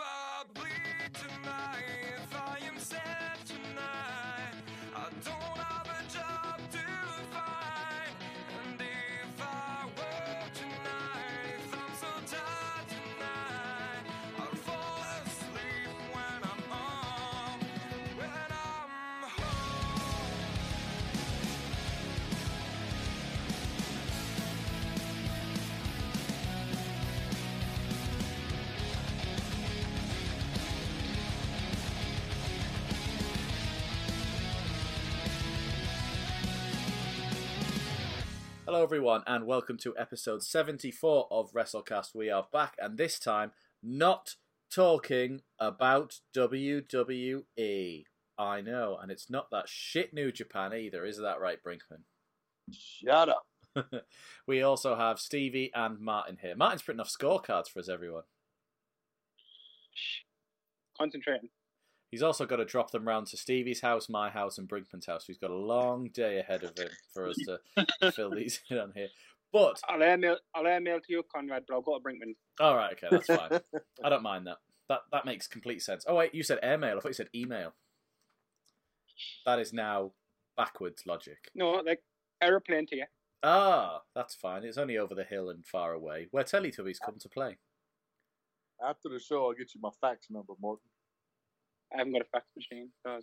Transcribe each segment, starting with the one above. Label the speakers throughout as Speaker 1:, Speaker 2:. Speaker 1: I'll bleed tonight if I am sad tonight. I don't have a job to find, and if I work tonight, if I'm so tired tonight, I'll fall asleep when I'm home. When I'm home.
Speaker 2: Hello, everyone, and welcome to episode 74 of WrestleCast. We are back, and this time, not talking about WWE. I know, and it's not that shit New Japan either, is that right, Brinkman?
Speaker 3: Shut up.
Speaker 2: we also have Stevie and Martin here. Martin's printing off scorecards for us, everyone.
Speaker 3: Concentrating.
Speaker 2: He's also got to drop them round to Stevie's house, my house, and Brinkman's house. He's got a long day ahead of him for us to fill these in on here. But,
Speaker 3: I'll airmail. I'll airmail to you, Conrad. But I've got a Brinkman.
Speaker 2: all right, okay, that's fine. I don't mind that. That that makes complete sense. Oh wait, you said airmail. I thought you said email. That is now backwards logic.
Speaker 3: no, like aeroplane to you.
Speaker 2: Ah, that's fine. It's only over the hill and far away, where Teletubbies come to play.
Speaker 4: After the show, I'll get you my fax number, Morton.
Speaker 3: I haven't got a fax machine. So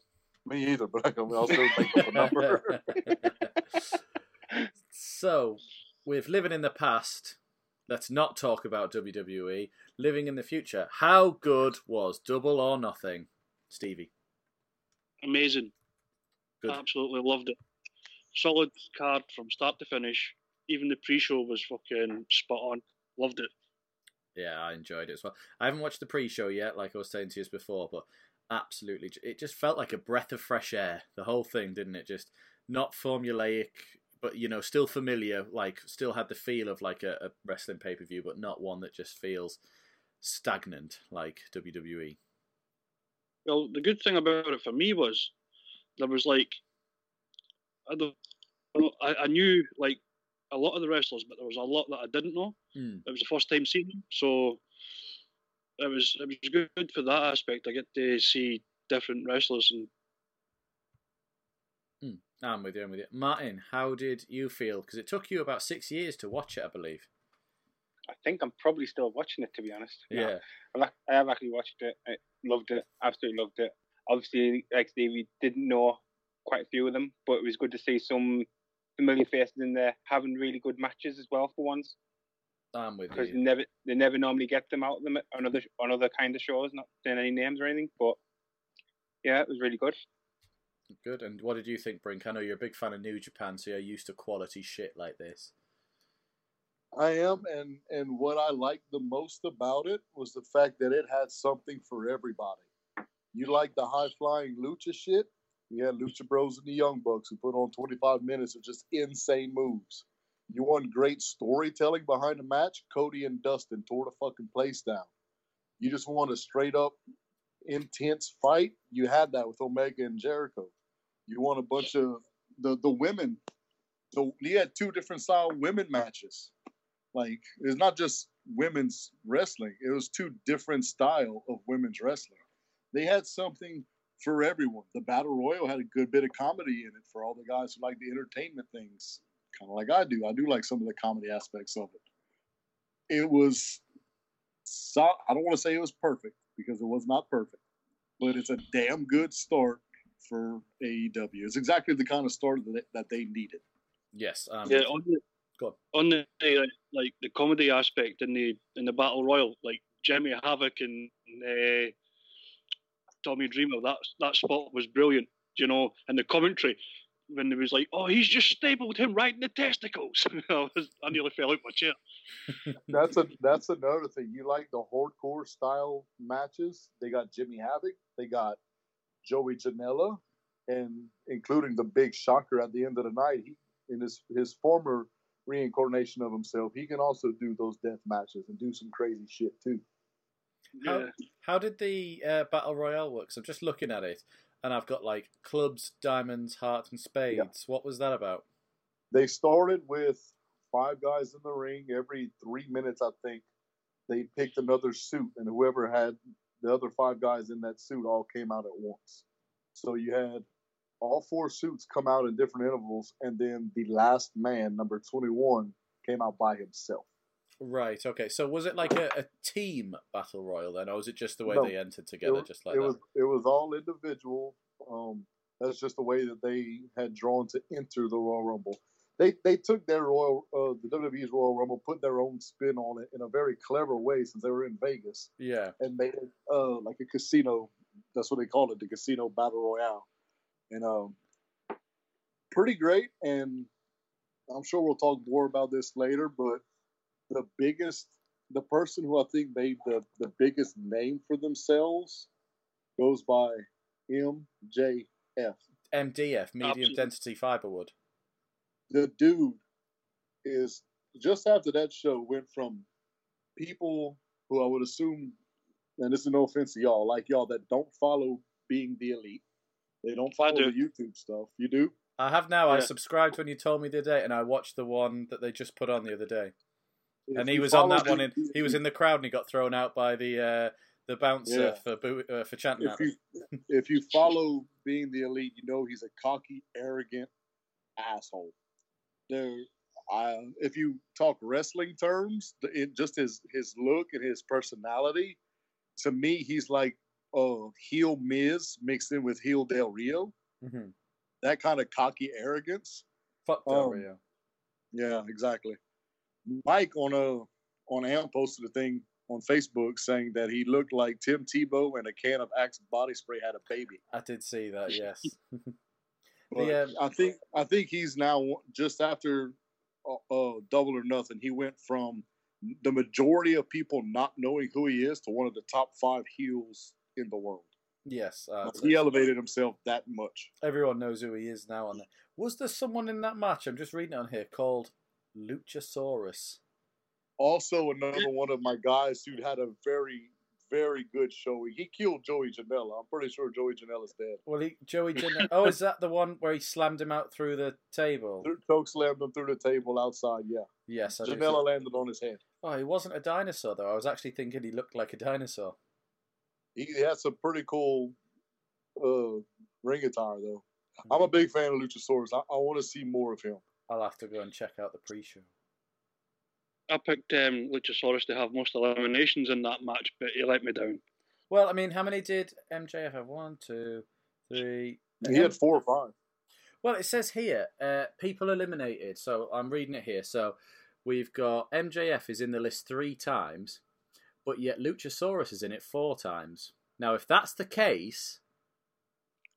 Speaker 4: Me either, but I can, I'll still make up a number.
Speaker 2: so, with living in the past, let's not talk about WWE. Living in the future, how good was Double or Nothing, Stevie?
Speaker 5: Amazing.
Speaker 2: Good.
Speaker 5: Absolutely loved it. Solid card from start to finish. Even the pre-show was fucking spot on. Loved it.
Speaker 2: Yeah, I enjoyed it as well. I haven't watched the pre-show yet, like I was saying to you before, but absolutely, it just felt like a breath of fresh air. The whole thing, didn't it? Just not formulaic, but you know, still familiar. Like, still had the feel of like a, a wrestling pay-per-view, but not one that just feels stagnant like E. WWE.
Speaker 5: Well, the good thing about it for me was there was like I don't, I don't- I, I knew like a lot of the wrestlers, but there was a lot that I didn't know.
Speaker 2: Hmm.
Speaker 5: It was the first time seeing them, so it was it was good for that aspect. I get to see different wrestlers and
Speaker 2: I'm with you. I'm with you, Martin. How did you feel? Because it took you about six years to watch it, I believe.
Speaker 3: I think I'm probably still watching it to be honest. No,
Speaker 2: Yeah,
Speaker 3: I've ac- I have actually watched it. I loved it. Absolutely loved it. Obviously, like Stevie didn't know quite a few of them, but it was good to see some familiar faces in there having really good matches as well for once
Speaker 2: I'm with
Speaker 3: because they
Speaker 2: you.
Speaker 3: never they never normally get them out of them on other on other kind of shows. Not saying any names or anything, but yeah, it was really good.
Speaker 2: Good. And what did you think, Brink? I know you're a big fan of New Japan, so you're used to quality shit like this.
Speaker 4: I am, and and what I liked the most about it was the fact that it had something for everybody. You like the high flying lucha shit? You had Lucha Bros and the Young Bucks who put on 25 minutes of just insane moves. You want great storytelling behind the match? Cody and Dustin tore the fucking place down. You just want a straight up intense fight? You had that with Omega and Jericho. You want a bunch of the the women. So you had two different style women matches like it's not just women's wrestling it was two different style of women's wrestling they had something for everyone the battle royal had a good bit of comedy in it for all the guys who like the entertainment things kind of like i do i do like some of the comedy aspects of it it was so, i don't want to say it was perfect because it was not perfect but it's a damn good start for aew it's exactly the kind of start that they, that they needed
Speaker 2: Yes, um, I'm
Speaker 5: yeah on the
Speaker 2: Go on.
Speaker 5: on the uh, like the comedy aspect in the in the battle royal like Jimmy Havoc and uh, Tommy Dreamer that that spot was brilliant you know and the commentary when it was like oh he's just stapled him right in the testicles I, was, I nearly fell out my chair
Speaker 4: that's a that's another thing. You like the hardcore style matches? They got Jimmy Havoc, they got Joey Janela, and including the big shocker at the end of the night, he in his his former reincarnation of himself, he can also do those death matches and do some crazy shit too.
Speaker 2: How,
Speaker 5: yeah.
Speaker 2: how did the uh, battle royale work? 'Cause I'm just looking at it, and I've got like clubs, diamonds, hearts, and spades. What was that about?
Speaker 4: they started with five guys in the ring every three minutes i think they picked another suit and whoever had the other five guys in that suit all came out at once. So you had all four suits come out in different intervals, and then the last man, number 21, came out by himself.
Speaker 2: Right. Okay. So was it like a, a team battle royal then, or was it just the way
Speaker 4: No,
Speaker 2: they entered together,
Speaker 4: it,
Speaker 2: just like
Speaker 4: it
Speaker 2: that?
Speaker 4: was it was all individual. Um, that's just the way that they had drawn to enter the Royal Rumble. They they took their Royal uh, the WWE's Royal Rumble, put their own spin on it in a very clever way since they were in Vegas
Speaker 2: yeah.
Speaker 4: and made it uh, like a casino. That's what they called it, the casino battle royale, and um, pretty great. And I'm sure we'll talk more about this later. But the biggest, the person who I think made the the biggest name for themselves goes by MJF.
Speaker 2: MDF, medium
Speaker 5: Absolutely.
Speaker 2: density fiberwood.
Speaker 4: The dude is just after that show went from people who I would assume, and this is no offense to y'all, like y'all that don't follow being the elite. They don't
Speaker 5: I
Speaker 4: follow
Speaker 5: do.
Speaker 4: the YouTube stuff. You do?
Speaker 2: I have now. I
Speaker 5: Yeah.
Speaker 2: subscribed when you told me the date, and I watched the one that they just put on the other day.
Speaker 4: If
Speaker 2: and he
Speaker 4: you
Speaker 2: was on
Speaker 4: follow
Speaker 2: that one. In,
Speaker 4: being the
Speaker 2: he was in the crowd, and he got thrown out by the uh, the bouncer
Speaker 4: Yeah.
Speaker 2: for boo, uh, for chanting
Speaker 4: elite-
Speaker 2: at
Speaker 4: If you,
Speaker 2: him.
Speaker 4: if you follow being the elite, you know he's a cocky, arrogant asshole. Dude, I, if you talk wrestling terms, the- it, just his his look and his personality, to me, he's like uh, heel Miz mixed in with heel Del Rio.
Speaker 2: Mhm.
Speaker 4: that kind of cocky arrogance.
Speaker 2: Fuck
Speaker 4: Um,
Speaker 2: Del Rio.
Speaker 4: Yeah, exactly. Mike on a on AMP posted a thing on Facebook saying that he looked like Tim Tebow and a can of Axe body spray had a baby.
Speaker 2: I did see that. Yes.
Speaker 4: But
Speaker 2: The, um,
Speaker 4: I think I think he's now one- just after uh, uh, Double or Nothing. He went from the majority of people not knowing who he is to one of the top five heels in the world.
Speaker 2: yes. Uh,
Speaker 4: Like, he elevated himself that much.
Speaker 2: everyone knows who he is now. And was there someone in that match? I'm just reading it on here called Luchasaurus.
Speaker 4: also another one of my guys who had a very, very good showing. He killed Joey Janela. I'm pretty sure Joey Janela's dead.
Speaker 2: Well, he, Joey didn't. oh, is that the one where he slammed him out through the table?
Speaker 4: Coke slammed him through the table outside. Yeah,
Speaker 2: Yes. I do see-
Speaker 4: Janela landed on his head.
Speaker 2: Oh, he wasn't a dinosaur though. I was actually thinking he looked like a dinosaur.
Speaker 4: He had some pretty cool uh, ring attire though. I'm
Speaker 2: Mm-hmm.
Speaker 4: a big fan of Luchasaurus. I, I want to see more of him.
Speaker 2: I'll have to go and check out the pre-show.
Speaker 5: I picked um, Luchasaurus to have most eliminations in that match, but he let me down.
Speaker 2: Well, I mean, how many did MJF have? One, two, three.
Speaker 4: He had four or five.
Speaker 2: Well, it says here uh, people eliminated. So I'm reading it here. So we've got MJF is in the list three times, but yet Luchasaurus is in it four times. Now, if that's the case,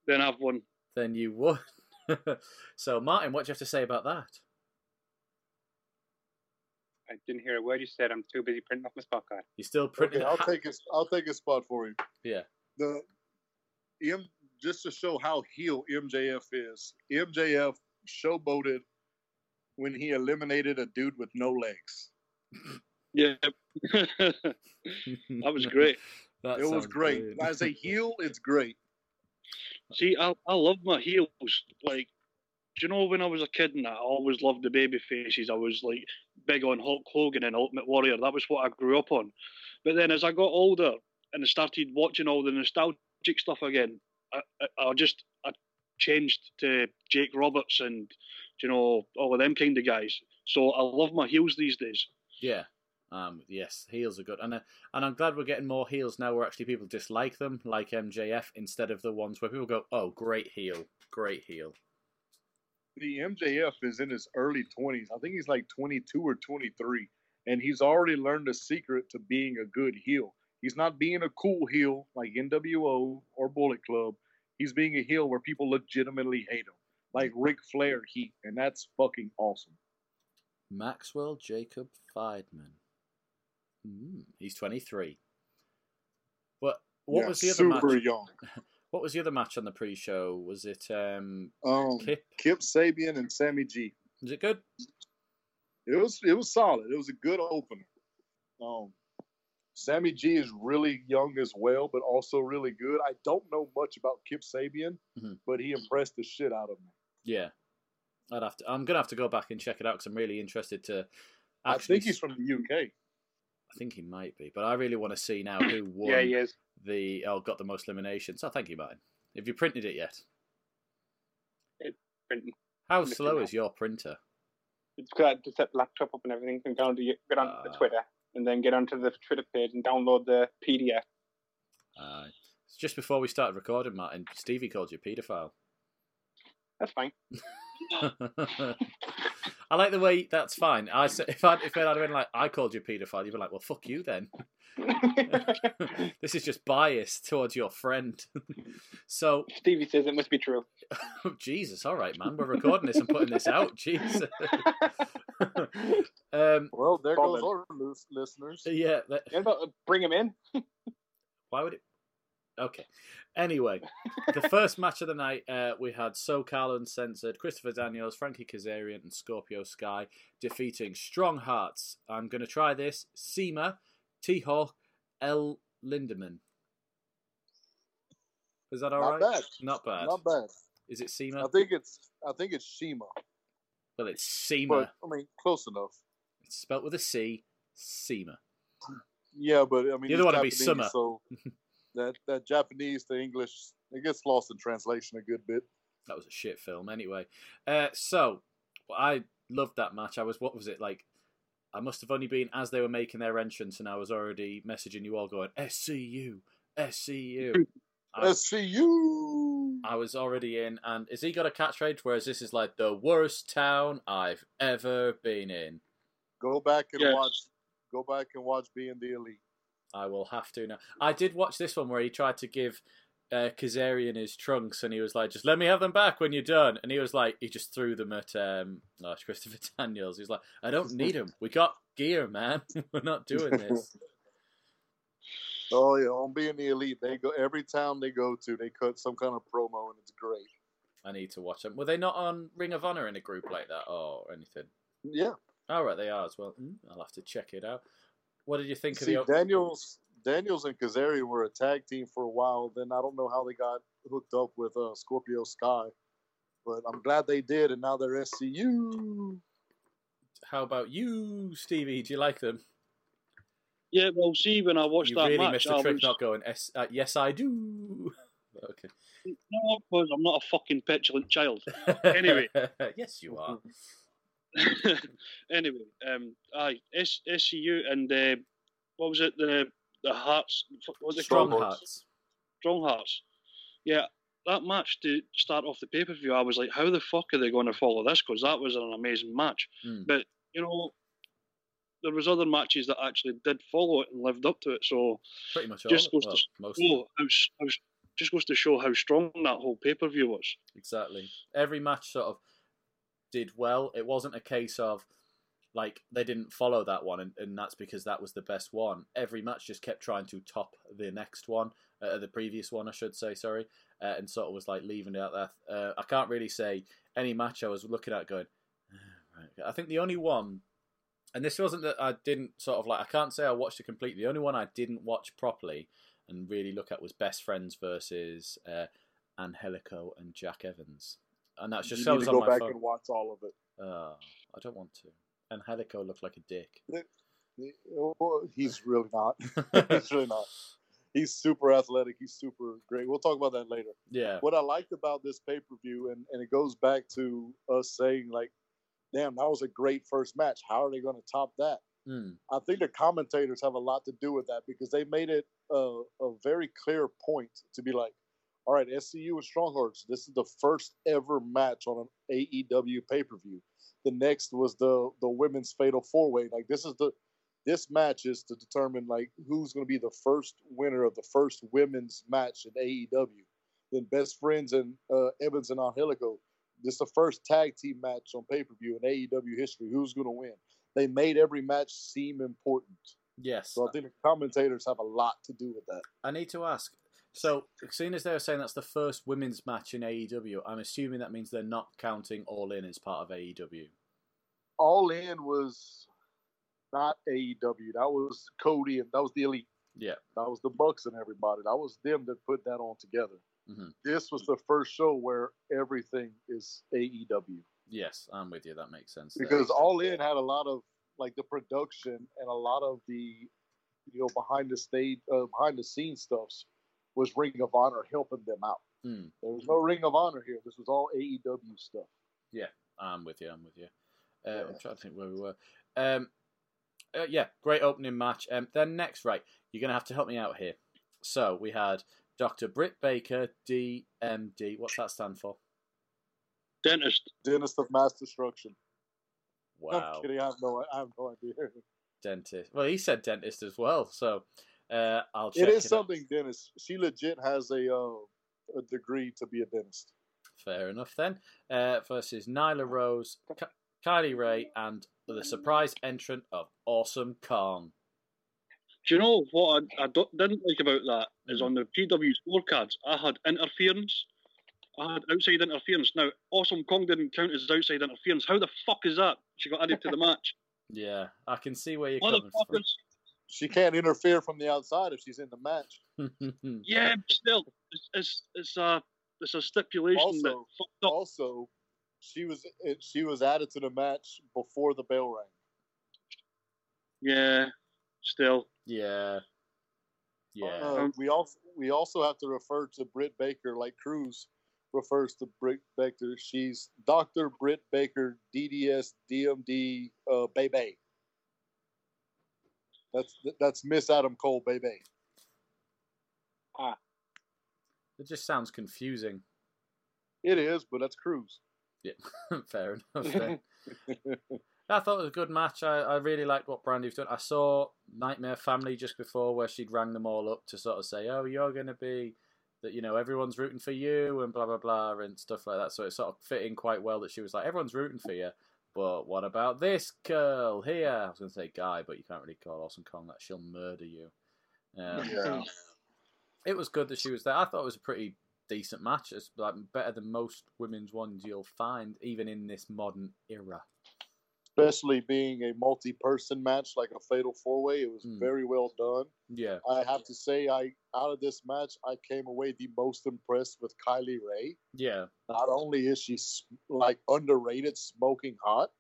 Speaker 5: Then I've won.
Speaker 2: then you won. so, Martin, what do you have to say about that?
Speaker 3: I didn't hear a word you said. I'm too busy printing off my spot card.
Speaker 2: You're still
Speaker 4: Okay,
Speaker 2: pretty.
Speaker 4: I'll take his. I'll take his spot for you.
Speaker 2: Yeah.
Speaker 4: The M just to show how heel MJF is. MJF showboated when he eliminated a dude with no legs.
Speaker 5: Yeah, that was great.
Speaker 2: That
Speaker 4: it was
Speaker 2: sounds
Speaker 4: great.
Speaker 2: brilliant.
Speaker 4: As a heel, it's great.
Speaker 5: See, I, I love my heels. Like, do you know when I was a kid and that, I always loved the baby faces. I was like big on Hulk Hogan and Ultimate Warrior. That was what I grew up on. But then as I got older and I started watching all the nostalgic stuff again, I, I, I just I changed to Jake Roberts and you know all of them kind of guys. So I love my heels these days.
Speaker 2: Yeah. Um, yes, heels are good, and uh, and I'm glad we're getting more heels now. Where actually people dislike them, like MJF, instead of the ones where people go, "Oh, great heel, great heel."
Speaker 4: The MJF is in his early 20s. I think he's like 22 or 23. And he's already learned the secret to being a good heel. He's not being a cool heel like NWO or Bullet Club. He's being a heel where people legitimately hate him, like Ric Flair heat. And that's fucking awesome.
Speaker 2: Maxwell Jacob Friedman. Mm, he's 23. But what
Speaker 4: Yeah,
Speaker 2: was the other match?
Speaker 4: super young.
Speaker 2: What was the other match on the pre-show? Was it um,
Speaker 4: Um,
Speaker 2: Kip?
Speaker 4: Kip Sabian and Sammy G.
Speaker 2: Was it good?
Speaker 4: It was it was solid. It was a good opener. Um, Sammy G is really young as well, but also really good. I don't know much about Kip Sabian,
Speaker 2: Mhm.
Speaker 4: but he impressed the shit out of me.
Speaker 2: Yeah, I'd have to. I'm gonna have to go back and check it out because I'm really interested to.
Speaker 4: I
Speaker 2: Actually,
Speaker 4: think he's from the UK.
Speaker 2: I think he might be, but I really want to see now who won.
Speaker 3: Yeah, he is.
Speaker 2: the oh got the most eliminations. Oh, thank you, Martin. Have you printed it yet?
Speaker 3: Printing.
Speaker 2: How
Speaker 3: Looking
Speaker 2: slow
Speaker 3: at-
Speaker 2: is your printer?
Speaker 3: It's got to set the laptop up and everything. Can go onto your- get onto the
Speaker 2: Ah.
Speaker 3: Twitter and then get onto the Twitter page and download the PDF.
Speaker 2: Uh, it's just before we started recording, Martin. Stevie called you a paedophile.
Speaker 3: That's fine.
Speaker 2: I like the way that's fine. I said if I if I'd have been like I called you a paedophile, you'd be like, well, fuck you then. this is just bias towards your friend. so
Speaker 3: Stevie says it must be true.
Speaker 2: Oh, Jesus, all right, man. We're recording this and putting this out. Jesus. um,
Speaker 4: Well, there
Speaker 3: Bother.
Speaker 4: goes our lis- listeners.
Speaker 2: yeah. That,
Speaker 3: Yeah, but bring him in.
Speaker 2: why would it? Okay. Anyway, the first match of the night, uh, we had SoCal Uncensored, Christopher Daniels, Frankie Kazarian, and Scorpio Sky defeating Strong Hearts. I'm going to try this. Seema, T Hawk, L. Lindemann. Is that all
Speaker 4: Not
Speaker 2: right?
Speaker 4: bad.
Speaker 2: Not bad.
Speaker 4: Not bad.
Speaker 2: Is it
Speaker 4: I
Speaker 2: Seema?
Speaker 4: think it's I think it's Shima,
Speaker 2: Well, it's Seema.
Speaker 4: but I mean close enough.
Speaker 2: It's spelt with a C. Seema.
Speaker 4: Yeah, but I mean
Speaker 2: The other
Speaker 4: it's
Speaker 2: one would be
Speaker 4: Japanese,
Speaker 2: summer.
Speaker 4: So that that Japanese to English it gets lost in translation a good bit.
Speaker 2: That was a shit film. Anyway, uh, so well, I loved that match. I was what was it like? I must have only been as they were making their entrance, and I was already messaging you all going SCU, SCU. I,
Speaker 4: SCU.
Speaker 2: I was already in, and has he got a catchphrase? Whereas this is like the worst town I've ever been in.
Speaker 4: Go back and
Speaker 5: Yes.
Speaker 4: watch. Go back and watch being the elite.
Speaker 2: I will have to now. I did watch this one where he tried to give uh, Kazarian his trunks, and he was like, "Just let me have them back when you're done." And he was like, he just threw them at um, oh, it's Christopher Daniels. He's like, "I don't need them. We got gear, man. We're not doing this."
Speaker 4: Oh yeah, on being the elite, they go every town they go to, they cut some kind of promo, and it's great.
Speaker 2: I need to watch them. Were they not on Ring of Honor in a group like that or anything?
Speaker 4: Yeah.
Speaker 2: All right, they are as well. Mm, I'll have to check it out. What did you think of
Speaker 4: See,
Speaker 2: the? op-
Speaker 4: Daniels, Daniels and Kazarian were a tag team for a while. Then I don't know how they got hooked up with uh, Scorpio Sky, but I'm glad they did, and now they're SCU.
Speaker 2: How about you, Stevie? Do you like them?
Speaker 5: Yeah, well, see, when I watched
Speaker 2: you
Speaker 5: that
Speaker 2: really
Speaker 5: match,
Speaker 2: missed
Speaker 5: I
Speaker 2: the trick
Speaker 5: was,
Speaker 2: not going. S- uh, yes, I do. Okay.
Speaker 5: no, because I'm not a fucking petulant child. Anyway.
Speaker 2: yes, you are.
Speaker 5: anyway, um, aye, S- SCU and uh, what was it? The the Hearts, what was it
Speaker 2: Strong
Speaker 5: called?
Speaker 2: hearts.
Speaker 5: Strong Hearts. Yeah, that match to start off the pay per view, I was like, how the fuck are they going to follow this? Because that was an amazing match.
Speaker 2: Mm.
Speaker 5: But you know, there was other matches that actually did follow it and lived up to it. So
Speaker 2: Pretty much all.
Speaker 5: Just
Speaker 2: Well,
Speaker 5: goes to
Speaker 2: most of them.
Speaker 5: oh, how, s- how, s- just goes to show how strong that whole pay per view was.
Speaker 2: exactly. Every match sort of did well. It wasn't a case of like they didn't follow that one, and, and that's because that was the best one. Every match just kept trying to top the next one, uh, the previous one, I should say. Sorry, uh, and sort of was like leaving it out there. Uh, I can't really say any match I was looking at going. "Ah, right." I think the only one, and this wasn't that I didn't sort of like. I can't say I watched it completely. The only one I didn't watch properly and really look at was Best Friends versus uh, Angelico and Jack Evans, and that's just
Speaker 4: you
Speaker 2: so
Speaker 4: need
Speaker 2: was
Speaker 4: to
Speaker 2: on
Speaker 4: go
Speaker 2: my
Speaker 4: back
Speaker 2: phone.
Speaker 4: and watch all of it.
Speaker 2: Oh, I don't want to. And Helico looked like a dick.
Speaker 4: Oh, He's really not. He's really not. He's super athletic. He's super great. We'll talk about that later.
Speaker 2: yeah.
Speaker 4: What I liked about this pay per view, and, and it goes back to us saying, like, damn, that was a great first match. How are they going to top that?
Speaker 2: Mm.
Speaker 4: I think the commentators have a lot to do with that because they made it a, a very clear point to be like, all right, SCU and Strong Hearts, this is the first ever match on an AEW pay per view. The next was the the women's fatal four way. Like this is the this match is to determine like who's going to be the first winner of the first women's match in AEW. Then best friends and uh, Evans and Angelico. This is the first tag team match on pay per view in AEW history. Who's going to win? they made every match seem important.
Speaker 2: Yes.
Speaker 4: So I think the commentators have a lot to do with that.
Speaker 2: I need to ask. So, seeing as they were saying that's the first women's match in AEW, I'm assuming that means they're not counting All In as part of E AEW.
Speaker 4: All in was not AEW. That was Cody and that was the Elite.
Speaker 2: Yeah.
Speaker 4: That was the Bucks and everybody. That was them that put that on together.
Speaker 2: Mhm.
Speaker 4: This was the first show where everything is E AEW
Speaker 2: Yes, I'm with you. That makes sense. there.
Speaker 4: because All In had a lot of like the production and a lot of the you know behind the stage, uh, behind the scenes stuffs was Ring of Honor helping them out.
Speaker 2: Hmm.
Speaker 4: There was no Ring of Honor here. This was all AEW stuff.
Speaker 2: I'm with you. I'm with you. Uh,
Speaker 4: Yeah.
Speaker 2: I'm trying to think where we were. Um, uh, yeah, great opening match. Um, then next, right, you're gonna have to help me out here. So we had Dr. Britt Baker, DMD. What's that stand for?
Speaker 5: Dentist.
Speaker 4: Dentist of mass destruction.
Speaker 2: Wow,
Speaker 4: I'm kidding. I have no. I have no idea.
Speaker 2: dentist. Well, he said dentist as well. So uh, I'll check.
Speaker 4: it is
Speaker 2: out.
Speaker 4: something dentist. She legit has a uh, a degree to be a dentist.
Speaker 2: Fair enough then. Uh, versus Nyla Rose, Ki- Kylie Ray, and the surprise entrant of Awesome Kong.
Speaker 5: Do you know what I, I don't- didn't like about that
Speaker 2: Mm.
Speaker 5: is on the PW scorecards, I had interference. I had outside interference. Now, Awesome Kong didn't count as outside interference. How the fuck is that? She got added to the match.
Speaker 2: Yeah, I can see where you're coming from.
Speaker 5: Motherfuckers.
Speaker 4: She can't interfere from the outside if she's in the match.
Speaker 5: Yeah, but still, it's, it's, it's a it's a stipulation that
Speaker 4: Also-
Speaker 5: fucked up.
Speaker 4: Also, she was it- she was added to the match before the bell rang.
Speaker 5: Yeah, still.
Speaker 2: yeah, yeah.
Speaker 4: Uh, we also we also have to refer to Britt Baker like Cruz refers to Britt Baker. She's Doctor Britt Baker, DDS, DMD, uh, Bebe. That's that's Miss Adam Cole, Bebe.
Speaker 2: It just sounds confusing.
Speaker 4: It is, but that's Cruz.
Speaker 2: Fair enough. then. I thought it was a good match. I, I really liked what Brandy was doing. I saw Nightmare Family just before where she'd rang them all up to sort of say, oh, you're going to be, that you know, everyone's rooting for you and blah, blah, blah, and stuff like that. So it sort of fit in quite well that she was like, everyone's rooting for you, but what about this girl here? I was going to say guy, but you can't really call Awesome Kong that. She'll murder you. Um,
Speaker 4: Yeah.
Speaker 2: it was good that she was there. I thought it was a pretty decent match. It's like better than most women's ones you'll find, even in this modern era.
Speaker 4: Especially being a multi-person match like a fatal four-way, it was
Speaker 2: Mm.
Speaker 4: very well done.
Speaker 2: Yeah,
Speaker 4: I have to say, I out of this match, I came away the most impressed with Kylie Ray.
Speaker 2: yeah,
Speaker 4: not only is she s- like underrated, smoking hot,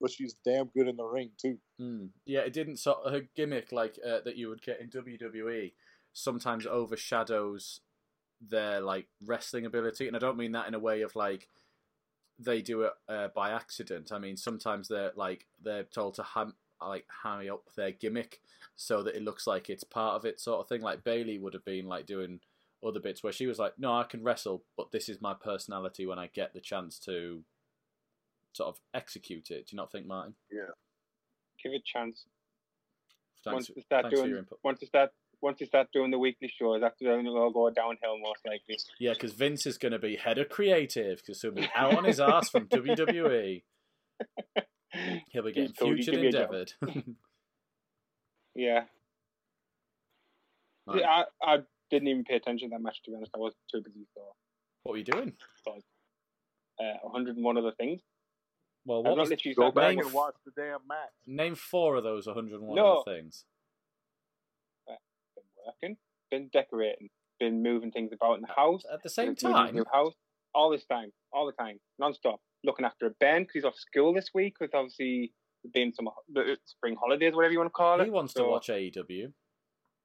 Speaker 4: but she's damn good in the ring too.
Speaker 2: mm. yeah. It didn't sort of her gimmick like uh, that you would get in WWE sometimes overshadows their like wrestling ability, and I don't mean that in a way of like they do it uh, by accident. I mean sometimes they're like they're told to ham- like hurry up their gimmick so that it looks like it's part of it, sort of thing. Like Bailey would have been like doing other bits where she was like, "No, I can wrestle, but this is my personality when I get the chance to." Sort of execute it. Do you not think, Martin?
Speaker 3: Give it a chance.
Speaker 2: Thanks,
Speaker 3: once they start
Speaker 2: thanks for your
Speaker 3: doing,
Speaker 2: input.
Speaker 3: once they start, once they start doing the weekly shows, that's when it'll all go downhill most likely.
Speaker 2: Yeah, because Vince is going to be head of creative because he'll be out on his ass from WWE. He'll be getting
Speaker 3: Please, Cody,
Speaker 2: future
Speaker 3: give me a job.
Speaker 2: endeavoured.
Speaker 3: Yeah.
Speaker 2: Right.
Speaker 3: I, I didn't even pay attention to that much to be honest. I was too busy for
Speaker 2: What were you doing?
Speaker 3: uh, 101 other things.
Speaker 2: Well,
Speaker 3: I've
Speaker 2: what
Speaker 3: not
Speaker 2: was,
Speaker 3: literally
Speaker 4: Go
Speaker 3: sat down
Speaker 4: back
Speaker 2: Name-
Speaker 4: and watch the damn match.
Speaker 2: name four of those 101
Speaker 3: No.
Speaker 2: other things.
Speaker 3: been working, been decorating, been moving things about in the house.
Speaker 2: At the same
Speaker 3: including the
Speaker 2: time,
Speaker 3: new house all this time, all the time, non-stop. Looking after Ben because he's off school this week with obviously being some the spring holidays, whatever you want to call it.
Speaker 2: he wants to
Speaker 3: So,
Speaker 2: watch E AEW.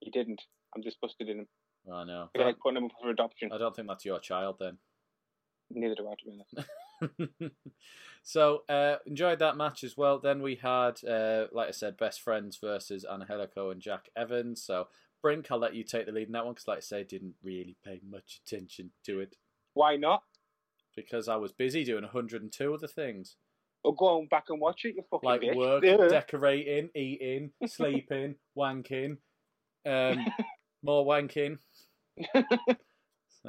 Speaker 3: He didn't. I'm disgusted in him.
Speaker 2: I know.
Speaker 3: They're like putting him up for adoption.
Speaker 2: I don't think that's your child then.
Speaker 3: Neither do I. To be honest.
Speaker 2: so uh, enjoyed that match as well. Then we had, uh, like I said, best friends versus Angelico and Jack Evans. So Brink, I'll let you take the lead in that one because, like I say, didn't really pay much attention to it
Speaker 3: Why not?
Speaker 2: because I was busy doing 102 other things
Speaker 3: Well, go on back and watch it. You fucking
Speaker 2: like
Speaker 3: bitch.
Speaker 2: work,
Speaker 3: Yeah.
Speaker 2: decorating, eating, sleeping, wanking, um, more wanking. so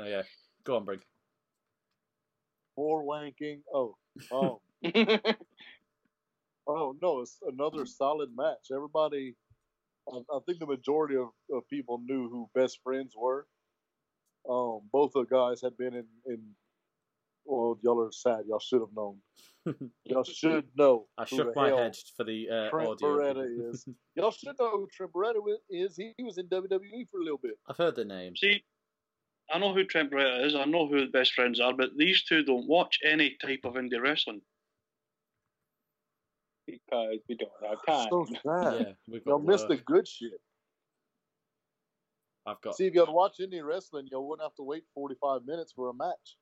Speaker 2: yeah, go on, Brink.
Speaker 4: More wanking. Oh, oh, oh no! It's another solid match. Everybody, I, I think the majority of, of people knew who best friends were. Um, both the guys had been in in. Well, y'all are sad. Y'all should have known. y'all should know.
Speaker 2: I
Speaker 4: who
Speaker 2: shook
Speaker 4: the
Speaker 2: my
Speaker 4: hell
Speaker 2: head for the uh,
Speaker 4: Trent
Speaker 2: audio.
Speaker 4: Beretta is. Y'all should know who Trent Beretta wi- is. He, he was in WWE for a little bit.
Speaker 2: I've heard the names.
Speaker 5: See, I know who Trent Beretta is. I know who the best friends are, but these two don't watch any type of indie wrestling.
Speaker 3: because we don't have time.
Speaker 4: So sad.
Speaker 2: Yeah, we've got
Speaker 4: Y'all missed
Speaker 2: work.
Speaker 4: the good shit.
Speaker 2: I've got.
Speaker 4: See, if you'd watch any wrestling, you wouldn't have to wait 45 minutes for a match.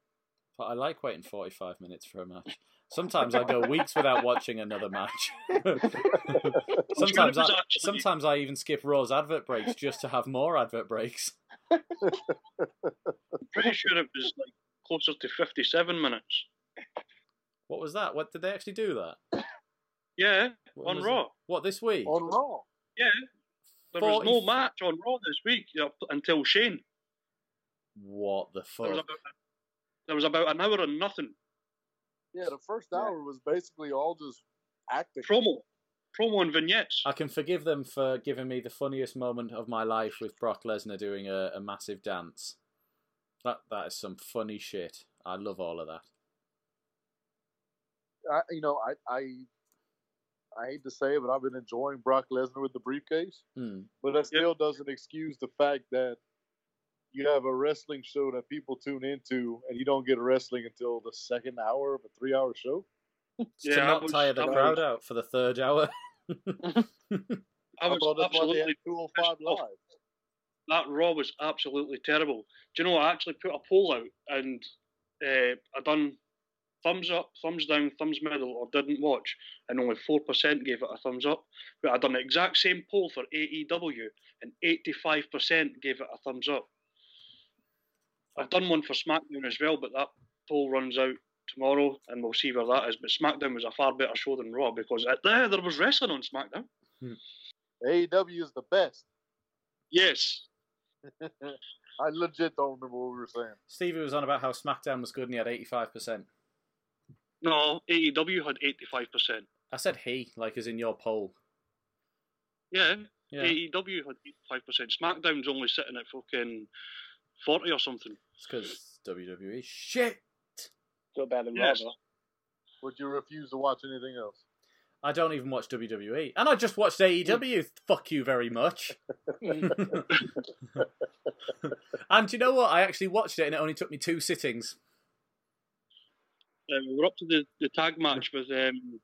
Speaker 2: But I like waiting 45 minutes for a match. Sometimes I go weeks without watching another match. sometimes, I, sometimes I even skip Raw's advert breaks just to have more advert breaks.
Speaker 5: Pretty sure it was like closer to 57 minutes.
Speaker 2: What was that? What did they actually do that?
Speaker 5: Yeah,
Speaker 2: What
Speaker 5: on
Speaker 2: was
Speaker 5: Raw.
Speaker 2: it? What this week?
Speaker 4: On Raw.
Speaker 5: Yeah. There was no
Speaker 2: 40
Speaker 5: match on Raw this week you know, until Shane.
Speaker 2: What the
Speaker 5: There was,
Speaker 2: fuck?
Speaker 5: about, there was about an hour and nothing.
Speaker 4: Yeah, the first
Speaker 3: Yeah.
Speaker 4: hour was basically all just acting.
Speaker 5: Promo. Promo and vignettes.
Speaker 2: I can forgive them for giving me the funniest moment of my life with Brock Lesnar doing a, a massive dance. That that is some funny shit. I love all of that.
Speaker 4: I, you know, I, I, I hate to say it, but I've been enjoying Brock Lesnar with the briefcase.
Speaker 2: Hmm.
Speaker 4: But that still doesn't excuse the fact that you have a wrestling show that people tune into, and you don't get wrestling until the second hour of a three-hour show.
Speaker 5: Yeah,
Speaker 2: to
Speaker 5: I
Speaker 2: not
Speaker 5: was-
Speaker 2: tire the
Speaker 5: I was-
Speaker 2: crowd out for the third hour.
Speaker 5: I
Speaker 4: How
Speaker 5: was
Speaker 4: about that's why they had
Speaker 5: absolutely
Speaker 4: 205
Speaker 5: pissed off.
Speaker 4: live.
Speaker 5: that Raw was absolutely terrible. Do you know? I actually put a poll out and uh, I done thumbs up, thumbs down, thumbs middle, or didn't watch, and only four percent gave it a thumbs up. But I done the exact same poll for AEW, and eighty-five percent gave it a thumbs up. I've done one for SmackDown as well, but that poll runs out tomorrow, and we'll see where that is. But SmackDown was a far better show than Raw because uh, there there was wrestling on SmackDown.
Speaker 4: AEW E is the best.
Speaker 5: Yes,
Speaker 4: I legit don't remember what we were saying.
Speaker 2: Stevie was on about how SmackDown was good and he had eighty five percent.
Speaker 5: no, AEW had eighty-five percent.
Speaker 2: I said he, like as in your poll.
Speaker 5: Yeah.
Speaker 2: Yeah.
Speaker 5: AEW had five percent. SmackDown's only sitting at fucking forty or something.
Speaker 2: It's because WWE E. shit.
Speaker 3: Still better than
Speaker 5: Yes.
Speaker 3: Raw, though.
Speaker 4: Would you refuse to watch anything else?
Speaker 2: I don't even watch WWE, and I just watched AEW. Fuck you very much. and do you know what? I actually watched it, and it only took me two sittings.
Speaker 5: Uh, we were up to the, the tag match with um,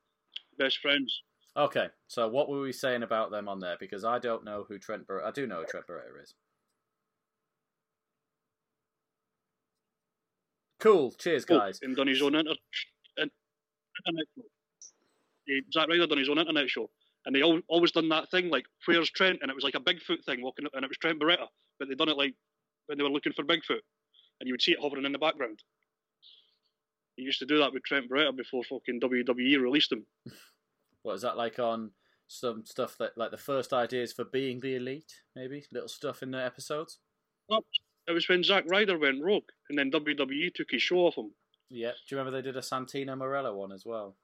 Speaker 5: best friends.
Speaker 2: Okay, so what were we saying about them on there? Because I don't know who Trent. Bar- I do know who Trent Barretta is. Cool. Cheers, guys.
Speaker 5: Oh, and done his own inter- in- internet show. He, Zack Ryder done his own internet show, and they al- always done that thing like "Where's Trent?" and it was like a Bigfoot thing walking up, and it was Trent Beretta, but they done it like when they were looking for Bigfoot, and you would see it hovering in the background. He used to do that with Trent Beretta before fucking WWE released him.
Speaker 2: What is that like on some stuff that like the first ideas for being the elite? Maybe little stuff in the episodes.
Speaker 5: It was when Zack Ryder went rogue, and then WWE took his show off him.
Speaker 2: Yeah. Do you remember they did a Santino Morella one as well?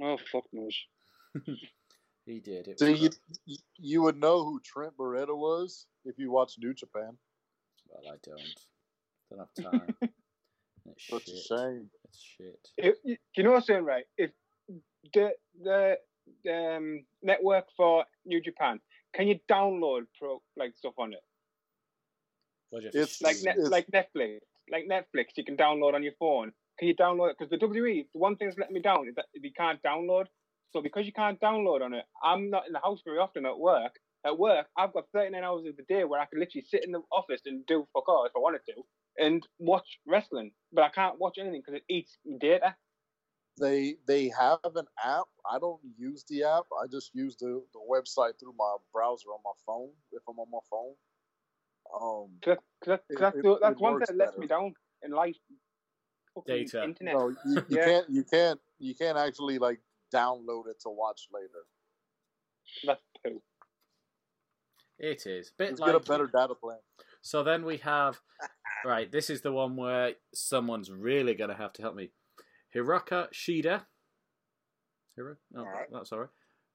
Speaker 5: Oh fuck knows.
Speaker 2: He did. It
Speaker 4: So
Speaker 2: was
Speaker 4: you, you would know who Trent Beretta was if you watched New Japan.
Speaker 2: Well, I don't. Don't have time. it's
Speaker 4: Such
Speaker 2: shit.
Speaker 4: a shame.
Speaker 2: It's shit.
Speaker 3: If, you you know what I'm saying, right? If the the um, network for New Japan, can you download pro like stuff on it?
Speaker 2: What do you have to
Speaker 4: It's
Speaker 3: Like
Speaker 2: stream?
Speaker 3: net,
Speaker 4: Yes.
Speaker 3: like Netflix, like Netflix, you can download on your phone. Can you download it? Because the WWE, the one thing that's letting me down is that you can't download. So because you can't download on it, I'm not in the house very often at work. At work, I've got 39 hours of the day where I can literally sit in the office and do fuck all if I wanted to, and watch wrestling. But I can't watch anything because it eats data.
Speaker 4: They they have an app. I don't use the app. I just use the, the website through my browser on my phone if I'm on my phone. Um,
Speaker 3: Cause, cause,
Speaker 4: It-
Speaker 3: cause that's,
Speaker 4: it-
Speaker 3: the- that's
Speaker 4: it
Speaker 3: one thing
Speaker 4: works
Speaker 3: that lets
Speaker 4: better.
Speaker 3: me down in life. Fucking
Speaker 2: Data.
Speaker 3: Internet.
Speaker 4: no, you, you
Speaker 3: Yeah.
Speaker 4: can't you can't you can't actually like download it to watch later.
Speaker 3: That's poo.
Speaker 2: It is. Bit
Speaker 4: Just
Speaker 2: like
Speaker 4: get a better data plan.
Speaker 2: So then we have right. This is the one where someone's really gonna have to help me. Hiraka Shida. Hiro? No,
Speaker 4: All right.
Speaker 2: that's all right.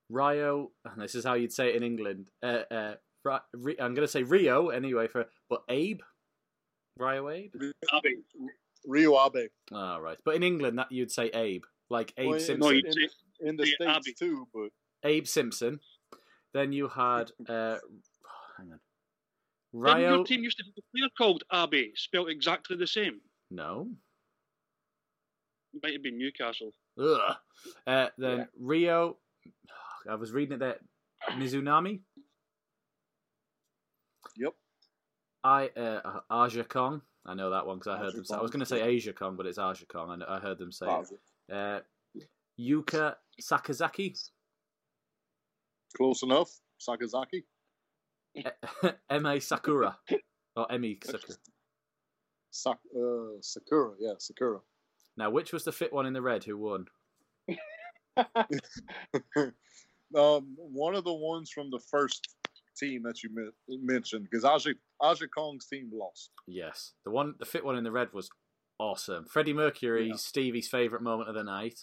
Speaker 2: Rio, and this is how you'd say it in England. Uh, uh, Ri- Ri- I'm gonna say Rio anyway for but Abe. Rio Abe.
Speaker 5: Abby,
Speaker 4: Rio Abe
Speaker 2: Ah, right. But in England, that you'd say Abe, like Abe
Speaker 4: Well, yeah,
Speaker 2: Simpson.
Speaker 5: no, you
Speaker 4: in-
Speaker 5: say
Speaker 4: in the
Speaker 5: Rio
Speaker 4: states
Speaker 5: Abe.
Speaker 4: too, but
Speaker 2: Abe Simpson. Then you had uh, hang on.
Speaker 5: Didn't
Speaker 2: Rio.
Speaker 5: Your team used to have a player called Abby, spelled exactly the same.
Speaker 2: No.
Speaker 5: Might have been Newcastle.
Speaker 2: Ugh. Uh, then
Speaker 3: Yeah.
Speaker 2: Rio. I was reading it there. Mizunami. I uh, Aja Kong. I know that one because I heard
Speaker 4: Aja
Speaker 2: them. Say, I
Speaker 4: Kong,
Speaker 2: was going to say
Speaker 4: yeah.
Speaker 2: Asia Kong, but it's Aja Kong. I, kn- I heard them say it. Uh, Yuka Sakazaki,
Speaker 4: Close enough. Sakazaki.
Speaker 2: M.A. Sakura, or Emi Sakura.
Speaker 4: Sak- uh, Sakura. Yeah, Sakura.
Speaker 2: Now, which was the fit one in the red who won?
Speaker 4: Um, one of the ones from the first team that you men- mentioned, because Aja, Aja Kong's team lost.
Speaker 2: Yes, the one, the fit one in the red was awesome. Freddie Mercury, Stevie's favorite moment of the night.